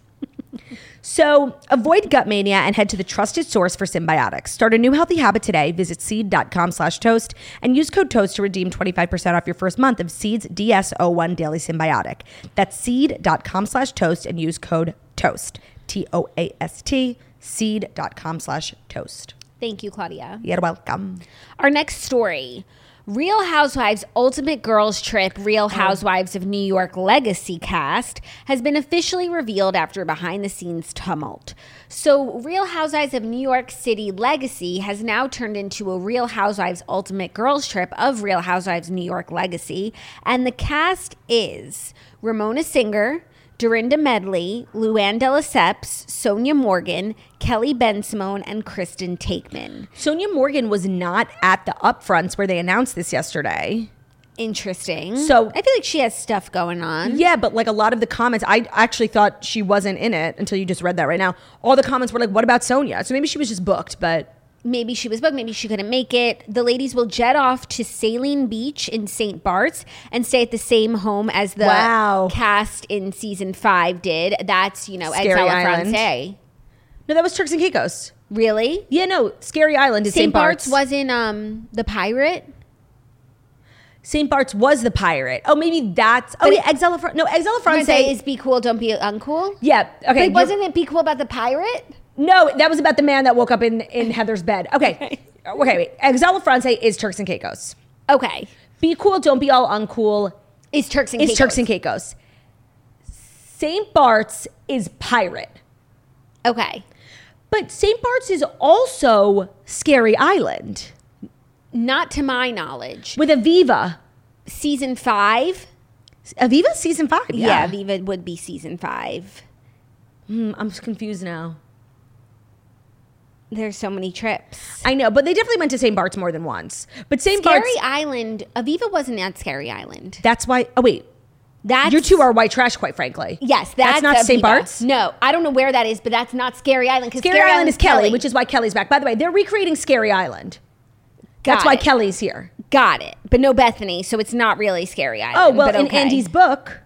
Speaker 1: <laughs> So avoid gut mania and head to the trusted source for symbiotics. Start a new healthy habit today. Visit seed.com slash toast and use code toast to redeem 25% off your first month of Seed's DS01 Daily Symbiotic. That's seed.com slash toast and use code toast. T-O-A-S-T, seed.com slash toast.
Speaker 2: Thank you, Claudia.
Speaker 1: You're welcome.
Speaker 2: Our next story Real Housewives Ultimate Girls Trip Real Housewives of New York Legacy cast has been officially revealed after behind the scenes tumult. So, Real Housewives of New York City Legacy has now turned into a Real Housewives Ultimate Girls Trip of Real Housewives New York Legacy. And the cast is Ramona Singer. Dorinda Medley, Luann De Lesseps, Sonia Morgan, Kelly Ben Simone, and Kristen Takeman.
Speaker 1: Sonia Morgan was not at the upfronts where they announced this yesterday.
Speaker 2: Interesting.
Speaker 1: So-
Speaker 2: I feel like she has stuff going on.
Speaker 1: Yeah, but like a lot of the comments, I actually thought she wasn't in it until you just read that right now. All the comments were like, "What about Sonia?" So maybe she was just booked, but
Speaker 2: Maybe she was booked. Maybe she couldn't make it. The ladies will jet off to Saline Beach in St. Bart's and stay at the same home as the
Speaker 1: Wow.
Speaker 2: cast in season five did. That's you know
Speaker 1: Scary
Speaker 2: Ed
Speaker 1: Island.
Speaker 2: Salafrance.
Speaker 1: no, that was Turks and Caicos.
Speaker 2: Really?
Speaker 1: Yeah, no, Scary Island is
Speaker 2: St. Bart's
Speaker 1: was
Speaker 2: was in um the pirate.
Speaker 1: St. Bart's was the pirate. Oh, maybe that's oh
Speaker 2: But
Speaker 1: yeah, Exile of Fran- no Exile of France
Speaker 2: Say is be cool, don't be uncool.
Speaker 1: yeah okay.
Speaker 2: Like,
Speaker 1: you're-
Speaker 2: wasn't it be cool about the pirate?
Speaker 1: no, that was about the man that woke up in in Heather's bed.
Speaker 2: <laughs>
Speaker 1: Okay, okay, wait. Exile of France is Turks and Caicos.
Speaker 2: Okay.
Speaker 1: Be cool, don't be all uncool.
Speaker 2: Is Turks and
Speaker 1: Is
Speaker 2: Caicos.
Speaker 1: Turks and Caicos. St. Bart's is pirate.
Speaker 2: Okay.
Speaker 1: But St. Bart's is also Scary Island.
Speaker 2: Not to my knowledge.
Speaker 1: with Aviva.
Speaker 2: Season five.
Speaker 1: Aviva season five.
Speaker 2: Yeah,
Speaker 1: Yeah,
Speaker 2: Viva would be season five.
Speaker 1: Mm, I'm just confused now.
Speaker 2: There's so many trips.
Speaker 1: I know, but they definitely went to St. Bart's more than once. But St.
Speaker 2: Scary
Speaker 1: Bart's.
Speaker 2: Island. Aviva wasn't at Scary Island.
Speaker 1: That's why. Oh wait,
Speaker 2: That's
Speaker 1: you two are white trash, quite frankly.
Speaker 2: Yes,
Speaker 1: that's,
Speaker 2: that's,
Speaker 1: not St.
Speaker 2: Aviva.
Speaker 1: Bart's.
Speaker 2: No, I don't know where that is, but that's not Scary Island. Because
Speaker 1: Scary, Island, is Kelly, which is why Kelly's back. By the way, they're recreating Scary Island. That's
Speaker 2: Got
Speaker 1: why
Speaker 2: it.
Speaker 1: Kelly's here.
Speaker 2: got it, but no Bethany, so it's not really Scary Island.
Speaker 1: Oh well,
Speaker 2: but
Speaker 1: in
Speaker 2: okay.
Speaker 1: Andy's book,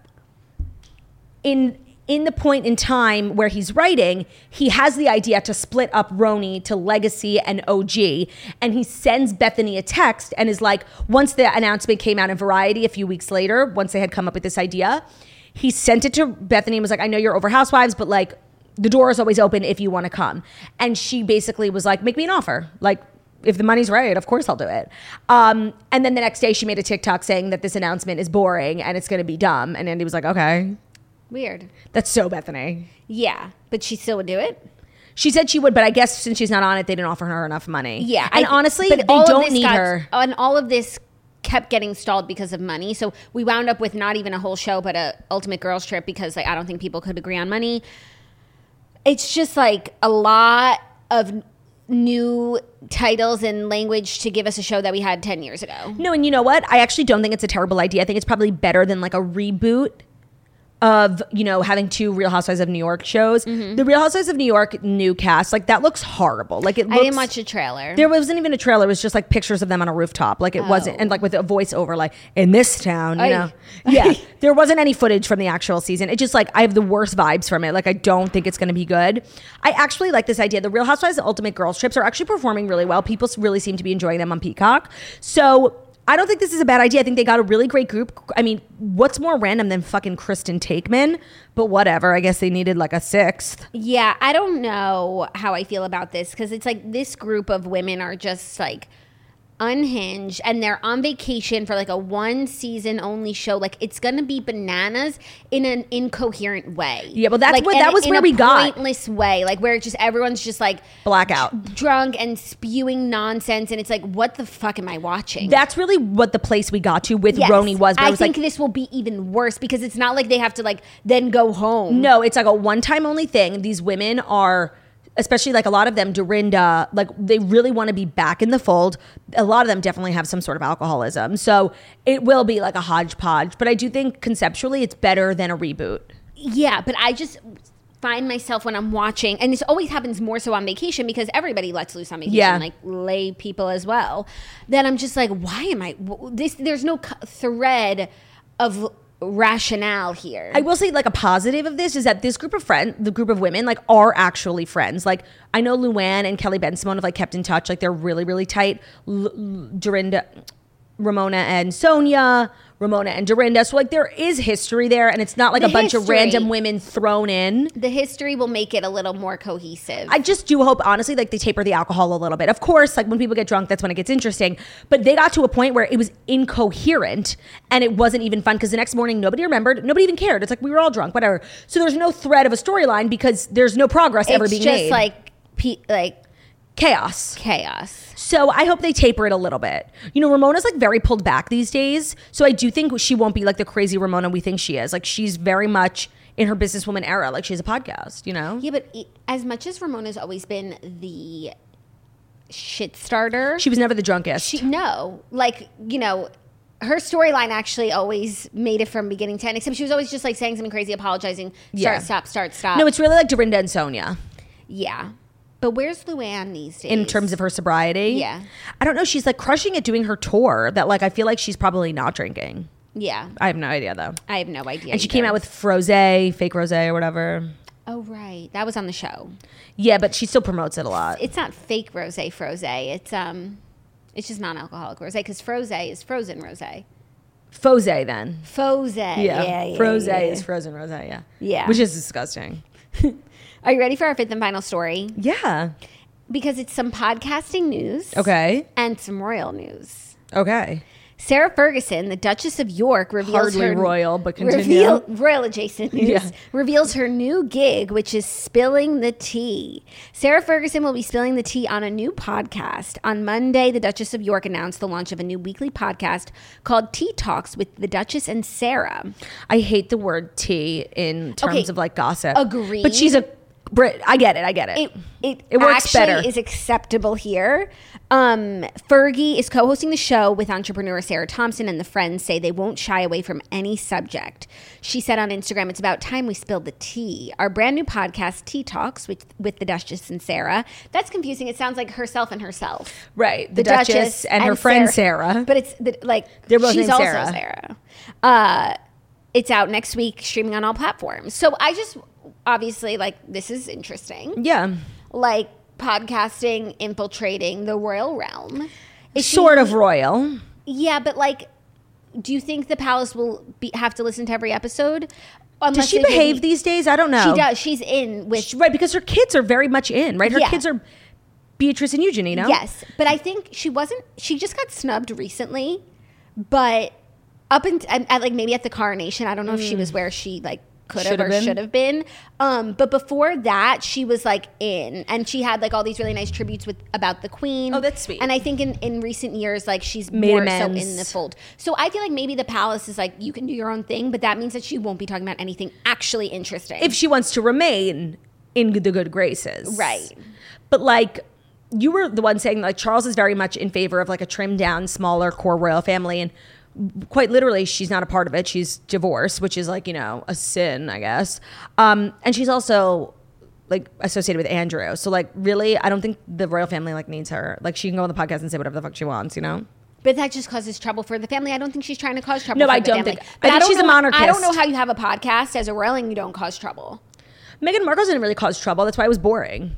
Speaker 1: in in the point in time where he's writing, he has the idea to split up Roni to Legacy and OG, and he sends Bethany a text and is like, once the announcement came out in Variety a few weeks later, once they had come up with this idea, he sent it to Bethany and was like, I know you're over Housewives, but like the door is always open if you want to come. And she basically was like, make me an offer, like if the money's right, of course I'll do it. Um, and then the next day, she made a TikTok saying that this announcement is boring and it's going to be dumb. And Andy was like, "Okay,
Speaker 2: weird.
Speaker 1: that's so Bethany."
Speaker 2: Yeah, but she still would do it.
Speaker 1: She said she would, but I guess since she's not on it, they didn't offer her enough money.
Speaker 2: Yeah,
Speaker 1: and
Speaker 2: I-
Speaker 1: honestly,
Speaker 2: but
Speaker 1: they
Speaker 2: all of
Speaker 1: don't
Speaker 2: this
Speaker 1: need
Speaker 2: got-
Speaker 1: her.
Speaker 2: And all of this kept getting stalled because of money. So we wound up with not even a whole show, but a Ultimate Girls Trip because like I don't think people could agree on money. It's just like a lot of new titles and language to give us a show that we had ten years ago.
Speaker 1: No, and you know what? I actually don't think it's a terrible idea. I think it's probably better than like a reboot of you know having two Real Housewives of New York shows. The Real Housewives of New York new cast, like that looks horrible. Like it. Looks,
Speaker 2: I didn't watch a trailer.
Speaker 1: There wasn't even a trailer. It was just like pictures of them on a rooftop. Like it wasn't, and like with a voiceover, like in this town, you
Speaker 2: Ay.
Speaker 1: know. <laughs> Yeah,
Speaker 2: <laughs>
Speaker 1: there wasn't any footage from the actual season. It just like I have the worst vibes from it. Like I don't think it's going to be good. I actually like this idea. The Real Housewives of Ultimate Girls Trips are actually performing really well. People s- really seem to be enjoying them on Peacock. So. I don't think this is a bad idea. I think they got a really great group. I mean, what's more random than fucking Kristen Takeman? But whatever. I guess they needed like a sixth.
Speaker 2: Yeah, I don't know how I feel about this because it's like this group of women are just like unhinged and they're on vacation for like a one season only show. Like it's gonna be bananas in an incoherent way.
Speaker 1: Yeah, well, that's
Speaker 2: like,
Speaker 1: what-
Speaker 2: in-
Speaker 1: that was
Speaker 2: in
Speaker 1: where
Speaker 2: a
Speaker 1: we got.
Speaker 2: pointless way, like where just everyone's just like
Speaker 1: Blackout.
Speaker 2: drunk and spewing nonsense, and it's like, what the fuck am I watching?
Speaker 1: That's really what the place we got to with
Speaker 2: Yes.
Speaker 1: Roni was. But
Speaker 2: I
Speaker 1: was
Speaker 2: think
Speaker 1: like,
Speaker 2: this will be even worse because it's not like they have to like then go home.
Speaker 1: No, it's like a one time only thing. These women are, especially like a lot of them, Dorinda, like they really want to be back in the fold. A lot of them definitely have some sort of alcoholism. So it will be like a hodgepodge. But I do think conceptually it's better than a reboot.
Speaker 2: Yeah, but I just find myself when I'm watching, and this always happens more so on vacation because everybody lets loose on vacation,
Speaker 1: Yeah.
Speaker 2: like lay people as well. Then I'm just like, why am I w- this? There's no co- thread of rationale here.
Speaker 1: I will say like a positive of this is that this group of friends, the group of women, like are actually friends. Like I know Luann and Kelly Ben Simone have like kept in touch. Like they're really, really tight. L- L- Dorinda, Ramona and Sonia, Ramona and Dorinda. So like there is history there and it's not like
Speaker 2: The
Speaker 1: a bunch of
Speaker 2: history.
Speaker 1: random women thrown in.
Speaker 2: the history will make it a little more cohesive.
Speaker 1: I just do hope, honestly, like they taper the alcohol a little bit. Of course, like when people get drunk, that's when it gets interesting. But they got to a point where it was incoherent and it wasn't even fun because the next morning nobody remembered, nobody even cared. It's like we were all drunk, whatever. So there's no thread of a storyline because there's no progress ever
Speaker 2: it's
Speaker 1: being
Speaker 2: just
Speaker 1: made.
Speaker 2: like pe- like
Speaker 1: chaos.
Speaker 2: chaos.
Speaker 1: So I hope they taper it a little bit. You know, Ramona's like very pulled back these days. So I do think she won't be like the crazy Ramona we think she is. Like she's very much in her businesswoman era. Like she has a podcast, you know?
Speaker 2: Yeah, but it, as much as Ramona's always been the shit starter,
Speaker 1: She was never the drunkest.
Speaker 2: She no, like you know, her storyline actually always made it from beginning to end. Except she was always just like saying something crazy, apologizing, start,
Speaker 1: Yeah.
Speaker 2: stop, start, stop.
Speaker 1: no, it's really like Dorinda and Sonia.
Speaker 2: yeah. But where's Luann these days?
Speaker 1: in terms of her sobriety.
Speaker 2: Yeah.
Speaker 1: I don't know. She's like crushing it doing her tour that like I feel like she's probably not drinking.
Speaker 2: yeah,
Speaker 1: I have no idea though.
Speaker 2: I have no idea.
Speaker 1: And she came
Speaker 2: either.
Speaker 1: out with Froze, fake Rose or whatever.
Speaker 2: oh right, that was on the show.
Speaker 1: Yeah, but she still promotes it a lot.
Speaker 2: It's not fake rosé frosé. It's um, it's just non-alcoholic rosé because frosé is frozen rosé.
Speaker 1: Froze then.
Speaker 2: Fosé. Yeah, yeah, yeah
Speaker 1: Froze is frozen rose, yeah.
Speaker 2: Yeah.
Speaker 1: Which is disgusting.
Speaker 2: Are you ready for our fifth and final story?
Speaker 1: Yeah.
Speaker 2: Because it's some podcasting news
Speaker 1: Okay.
Speaker 2: and some royal news.
Speaker 1: Okay.
Speaker 2: Sarah Ferguson, the Duchess of York, reveals
Speaker 1: Hardly
Speaker 2: her
Speaker 1: royal, but continue. <laughs>
Speaker 2: royal adjacent news
Speaker 1: Yeah.
Speaker 2: reveals her new gig, which is spilling the tea. Sarah Ferguson will be spilling the tea on a new podcast on Monday. The Duchess of York announced the launch of a new weekly podcast called Tea Talks with the Duchess and Sarah.
Speaker 1: I hate the word tea in terms
Speaker 2: Okay,
Speaker 1: of like gossip.
Speaker 2: agreed.
Speaker 1: But she's a Brit. I get it. I get it.
Speaker 2: it it,
Speaker 1: It works
Speaker 2: actually
Speaker 1: better.
Speaker 2: is acceptable here. Um, Fergie is co-hosting the show with entrepreneur Sarah Thompson, and the friends say they won't shy away from any subject. She said on Instagram, "It's about time we spilled the tea." Our brand new podcast, Tea Talks, with with the Duchess and Sarah. That's confusing. It sounds like herself and herself.
Speaker 1: right. The, Duchess, and, her friend Sarah.
Speaker 2: But it's the, like
Speaker 1: They're both
Speaker 2: she's
Speaker 1: named
Speaker 2: also
Speaker 1: Sarah.
Speaker 2: Sarah. Uh, it's out next week, streaming on all platforms. So I just obviously like this is interesting
Speaker 1: yeah.
Speaker 2: like podcasting infiltrating the royal realm. Is she-
Speaker 1: Sort of royal.
Speaker 2: Yeah, but like, do you think the palace will be, have to listen to every episode?
Speaker 1: Does
Speaker 2: Unless
Speaker 1: she
Speaker 2: they give
Speaker 1: behave
Speaker 2: me-
Speaker 1: these days? I don't know.
Speaker 2: She does. She's in with.
Speaker 1: Right, because her kids are very much in, right? Her
Speaker 2: Yeah.
Speaker 1: kids are Beatrice and Eugenie, you know?
Speaker 2: Yes, but I think she wasn't. She just got snubbed recently, but up and at, at, like maybe at the coronation. I don't know if she was where she like could
Speaker 1: Mm.
Speaker 2: have
Speaker 1: Should've
Speaker 2: or
Speaker 1: been.
Speaker 2: should have been. Um, but before that, she was like in, and she had like all these really nice tributes with about the queen.
Speaker 1: Oh, that's sweet.
Speaker 2: And I think in in recent years, like she's
Speaker 1: Made
Speaker 2: more so in
Speaker 1: amends.
Speaker 2: the fold. So I feel like maybe the palace is like you can do your own thing, but that means that she won't be talking about anything actually interesting.
Speaker 1: If she wants to remain in the good graces.
Speaker 2: Right.
Speaker 1: But like you were the one saying like Charles is very much in favor of like a trimmed down, smaller core royal family and quite literally she's not a part of it. She's divorced, which is like, you know, a sin, I guess. Um and she's also like associated with Andrew. So like really, I don't think the royal family like needs her. Like she can go on the podcast and say whatever the fuck she wants, you know?
Speaker 2: But that just causes trouble for the family. I don't think she's trying to cause trouble.
Speaker 1: No,
Speaker 2: for
Speaker 1: I
Speaker 2: the
Speaker 1: don't
Speaker 2: family.
Speaker 1: think- I
Speaker 2: But
Speaker 1: think
Speaker 2: don't
Speaker 1: she's a
Speaker 2: know- I don't
Speaker 1: monarchist.
Speaker 2: know how you have a podcast as a royal and you don't cause trouble.
Speaker 1: Meghan Markle didn't really cause trouble. That's why it was boring.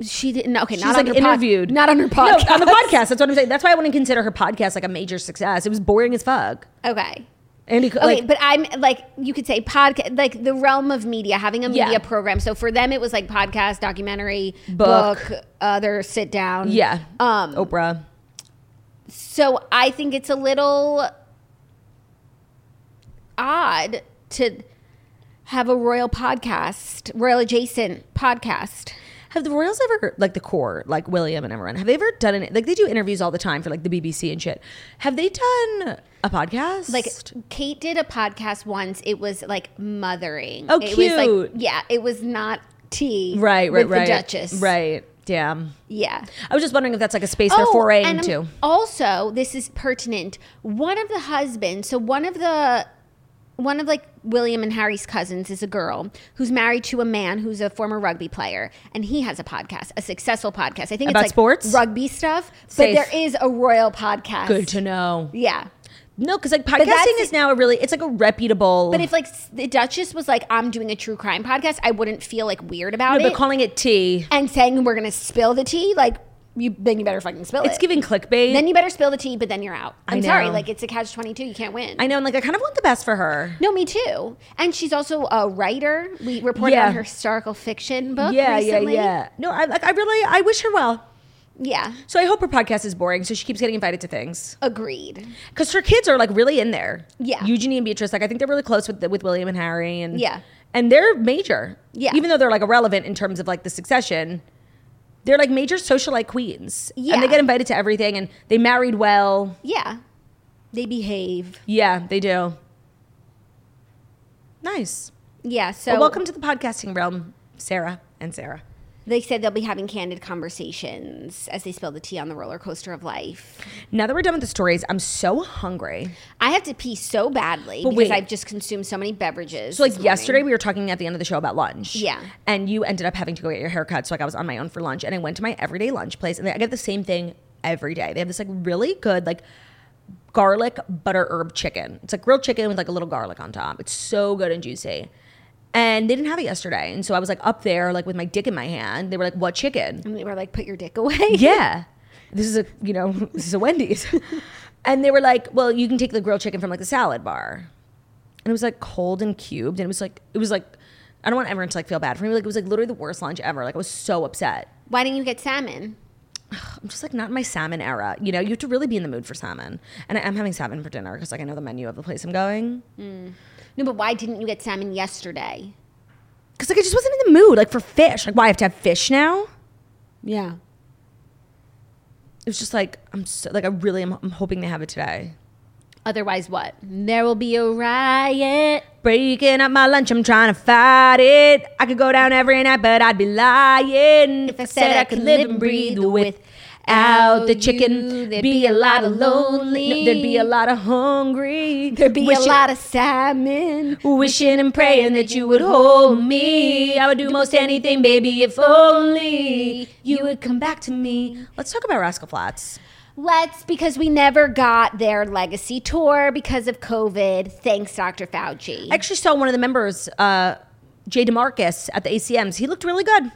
Speaker 2: She didn't. Okay,
Speaker 1: She's
Speaker 2: not
Speaker 1: like
Speaker 2: on her pod-
Speaker 1: interviewed,
Speaker 2: not on her
Speaker 1: No,
Speaker 2: podcast.
Speaker 1: on the podcast. That's what I'm saying. That's why I wouldn't consider her podcast like a major success. It was boring as fuck.
Speaker 2: <laughs> Okay.
Speaker 1: Andy,
Speaker 2: Okay,
Speaker 1: like,
Speaker 2: but I'm like you could say podcast, like the realm of media, having a
Speaker 1: Yeah.
Speaker 2: media program. So for them, it was like podcast, documentary,
Speaker 1: Book.
Speaker 2: book, other sit down.
Speaker 1: yeah,
Speaker 2: Um.
Speaker 1: Oprah.
Speaker 2: So I think it's a little odd to have a royal podcast, royal adjacent podcast.
Speaker 1: Have the Royals ever like the core, like William and everyone? Have they ever done an like they do interviews all the time for like the BBC and shit? Have they done a podcast?
Speaker 2: like Kate did a podcast once. It was like mothering.
Speaker 1: Oh,
Speaker 2: It was like
Speaker 1: cute.
Speaker 2: yeah, it was not tea.
Speaker 1: right, right,
Speaker 2: with
Speaker 1: right,
Speaker 2: The Duchess.
Speaker 1: right. Damn.
Speaker 2: Yeah.
Speaker 1: I was just wondering if that's like a space they're foraying
Speaker 2: Oh, and
Speaker 1: to.
Speaker 2: Also, this is pertinent. One of the husbands. So one of the. One of like William and Harry's cousins is a girl who's married to a man who's a former rugby player, and he has a podcast, a successful podcast. I think
Speaker 1: About
Speaker 2: it's like
Speaker 1: sports?
Speaker 2: rugby stuff.
Speaker 1: Safe.
Speaker 2: But there is a royal podcast.
Speaker 1: Good to know.
Speaker 2: Yeah,
Speaker 1: No, because like
Speaker 2: that's-
Speaker 1: podcasting is now a really it's like a reputable.
Speaker 2: But if like s- the Duchess was like, "I'm doing a true crime podcast," I wouldn't feel like weird about
Speaker 1: no, but
Speaker 2: it.
Speaker 1: calling it tea,
Speaker 2: and saying we're gonna spill the tea, like you, then you better fucking spill
Speaker 1: it's
Speaker 2: it.
Speaker 1: giving clickbait.
Speaker 2: then you better spill the tea, but then you're out. I'm
Speaker 1: know.
Speaker 2: sorry, like it's a catch twenty two. You can't win.
Speaker 1: I know, and like I kind of want the best for her.
Speaker 2: no, me too. And she's also a writer. We reported
Speaker 1: Yeah.
Speaker 2: on her historical fiction book.
Speaker 1: yeah,
Speaker 2: recently.
Speaker 1: yeah, yeah. No, I like I really I wish her well.
Speaker 2: yeah.
Speaker 1: So I hope her podcast is boring, so she keeps getting invited to things
Speaker 2: Agreed.
Speaker 1: because her kids are like really in there.
Speaker 2: Yeah.
Speaker 1: Eugenie and Beatrice, like I think they're really close with with William and Harry, and
Speaker 2: Yeah.
Speaker 1: and they're major.
Speaker 2: Yeah.
Speaker 1: even though they're like irrelevant in terms of like the succession. They're like major socialite queens, and
Speaker 2: Yeah.
Speaker 1: they get invited to everything, and they married well.
Speaker 2: Yeah, they behave.
Speaker 1: Yeah, they do. Nice.
Speaker 2: Yeah. So
Speaker 1: Well, welcome to the podcasting realm, Sarah and Sarah.
Speaker 2: They said they'll be having candid conversations as they spill the tea on the roller coaster of life.
Speaker 1: Now that we're done with the stories, I'm so hungry.
Speaker 2: I have to pee so badly
Speaker 1: But
Speaker 2: because
Speaker 1: wait.
Speaker 2: I've just consumed so many beverages.
Speaker 1: So like
Speaker 2: this morning.
Speaker 1: yesterday we were talking at the end of the show about lunch.
Speaker 2: Yeah.
Speaker 1: And you ended up having to go get your haircut. So like I was on my own for lunch and I went to my everyday lunch place and I get the same thing every day. They have this like really good like garlic butter herb chicken. It's like grilled chicken with like a little garlic on top. It's so good and juicy. And they didn't have it yesterday. And so I was like up there like with my dick in my hand. They were like, "What chicken?"
Speaker 2: and they were like, "Put your dick away."
Speaker 1: yeah <laughs> this is a you know <laughs> this is a wendy's and they were like well you can take the grilled chicken from like the salad bar and it was like cold and cubed and it was like it was like i don't want everyone to like feel bad for me like it was like literally the worst lunch ever like i was so upset
Speaker 2: Why didn't you get salmon?
Speaker 1: I'm just like not in my salmon era. You know, you have to really be in the mood for salmon. And I, am having salmon for dinner because like I know the menu of the place I'm going.
Speaker 2: No, but why didn't you get salmon yesterday?
Speaker 1: Because like I just wasn't in the mood like for fish. Like why I have to have fish now?
Speaker 2: Yeah.
Speaker 1: It was just like I'm so like I really am I'm hoping they have it today.
Speaker 2: Otherwise, what? There will be a riot.
Speaker 1: Breaking up my lunch, I'm trying to fight it. I could go down every night, but I'd be lying if I said I could live and breathe without the chicken. There'd be a lot of lonely. No, there'd be a lot of hungry.
Speaker 2: There'd be
Speaker 1: Wishing-
Speaker 2: a lot of salmon.
Speaker 1: Wishing and praying that you would hold me. I would do most anything, baby, if only you would come back to me. Let's talk about Rascal Flats.
Speaker 2: Let's, because we never got their legacy tour because of COVID. Thanks, Dr. Fauci.
Speaker 1: I actually saw one of the members, uh, Jay DeMarcus, at the ACMs. He looked really good.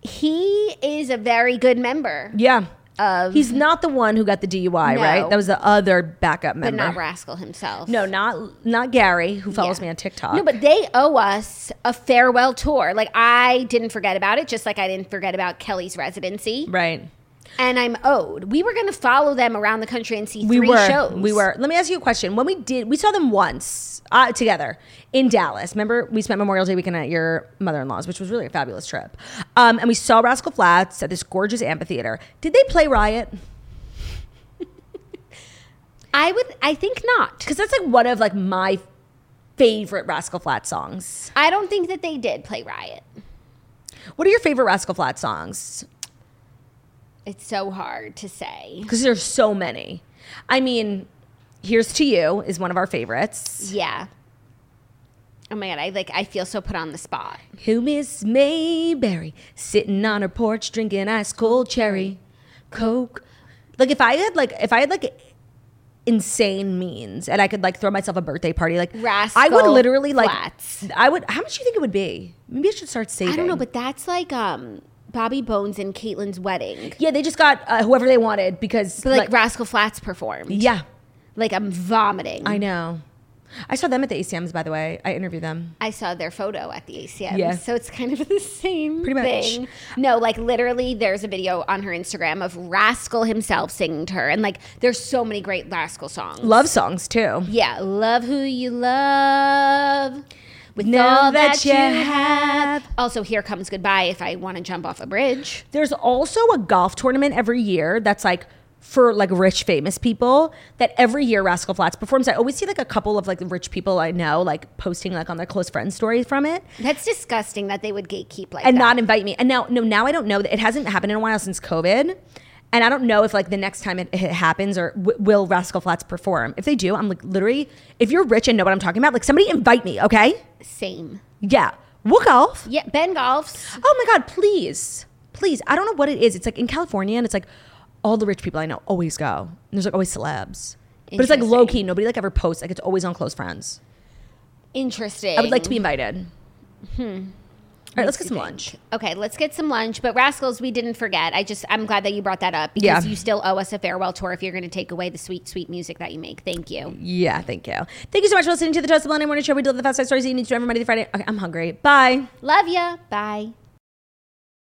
Speaker 2: He is a very good member,
Speaker 1: Yeah.
Speaker 2: Of-
Speaker 1: He's not the one who got the DUI,
Speaker 2: No.
Speaker 1: right? That was the other backup
Speaker 2: but
Speaker 1: member.
Speaker 2: not Rascal himself.
Speaker 1: No, not not Gary, who follows
Speaker 2: Yeah.
Speaker 1: me on TikTok.
Speaker 2: No, but they owe us a farewell tour. Like I didn't forget about it, just like I didn't forget about Kelly's residency.
Speaker 1: right.
Speaker 2: And I'm owed. We were going to follow them around the country and see
Speaker 1: We
Speaker 2: three
Speaker 1: were.
Speaker 2: shows.
Speaker 1: We were. Let me ask you a question. When we did, we saw them once uh, together in Dallas. Remember, we spent Memorial Day weekend at your mother in law's, which was really a fabulous trip. Um, and we saw Rascal Flats at this gorgeous amphitheater. Did they play Riot?
Speaker 2: I would. I think not.
Speaker 1: Because that's like one of like my favorite Rascal Flat songs.
Speaker 2: I don't think that they did play Riot.
Speaker 1: What are your favorite Rascal Flat songs?
Speaker 2: It's so hard to say.
Speaker 1: Because there's so many. I mean, Here's to You is one of our favorites.
Speaker 2: Yeah. Oh my god! I like. I feel so put on the spot.
Speaker 1: Who Miss Mayberry sitting on her porch drinking ice cold cherry coke. Like if I had like if I had like insane means and I could like throw myself a birthday party like I would
Speaker 2: Rascal
Speaker 1: literally like
Speaker 2: Flatts.
Speaker 1: I would how much do you think it would be? Maybe I should start saving.
Speaker 2: I don't know, but that's like um Bobby Bones and Caitlin's wedding.
Speaker 1: yeah, they just got uh, whoever they wanted because
Speaker 2: But like, Rascal Flats performed.
Speaker 1: yeah,
Speaker 2: Like I'm vomiting.
Speaker 1: I know. I saw them at the ACMs by the way. I interviewed them.
Speaker 2: I saw their photo at the ACM.
Speaker 1: Yeah.
Speaker 2: So it's kind of <laughs> the same
Speaker 1: Pretty much.
Speaker 2: thing. No, like literally there's a video on her Instagram of Rascal himself singing to her. And like there's so many great Rascal songs.
Speaker 1: Love songs too.
Speaker 2: Yeah. Love who you love. With
Speaker 1: Know
Speaker 2: all
Speaker 1: that
Speaker 2: that,
Speaker 1: you
Speaker 2: you have.
Speaker 1: have.
Speaker 2: Also, here comes goodbye if I want to jump off a bridge.
Speaker 1: There's also a golf tournament every year that's like for like rich famous people that every year Rascal Flats performs. I always see like a couple of like rich people I know like posting like on their close friends stories from it
Speaker 2: That's disgusting that they would gatekeep like
Speaker 1: and
Speaker 2: that.
Speaker 1: not invite me. And now no now I don't know that it hasn't happened in a while since COVID. And I don't know if like the next time it, it happens or w- will Rascal Flats perform. If they do, I'm like literally if you're rich and know what I'm talking about, like somebody invite me, okay?
Speaker 2: Same.
Speaker 1: Yeah. We'll golf.
Speaker 2: Yeah, Ben golfs.
Speaker 1: Oh my God, please. Please. I don't know what it is. It's like in California and it's like all the rich people I know always go. And there's like always celebs. But it's like
Speaker 2: Interesting.
Speaker 1: low key. Nobody like ever posts. Like it's always on close friends.
Speaker 2: Interesting.
Speaker 1: I would like to be invited. Hmm. All right, let's get some lunch.
Speaker 2: Okay, let's get some lunch. But Rascals, we didn't forget. I just I'm glad that you brought that up because
Speaker 1: Yeah.
Speaker 2: you still owe us a farewell tour if you're going to take away the sweet, sweet music that you make. Thank you.
Speaker 1: Yeah, thank you. Thank you so much for listening to the Toast of Monday Morning Show. We deliver the fast side stories that you need to know every Monday to Friday. Okay, I'm hungry. Bye.
Speaker 2: Love ya. Bye.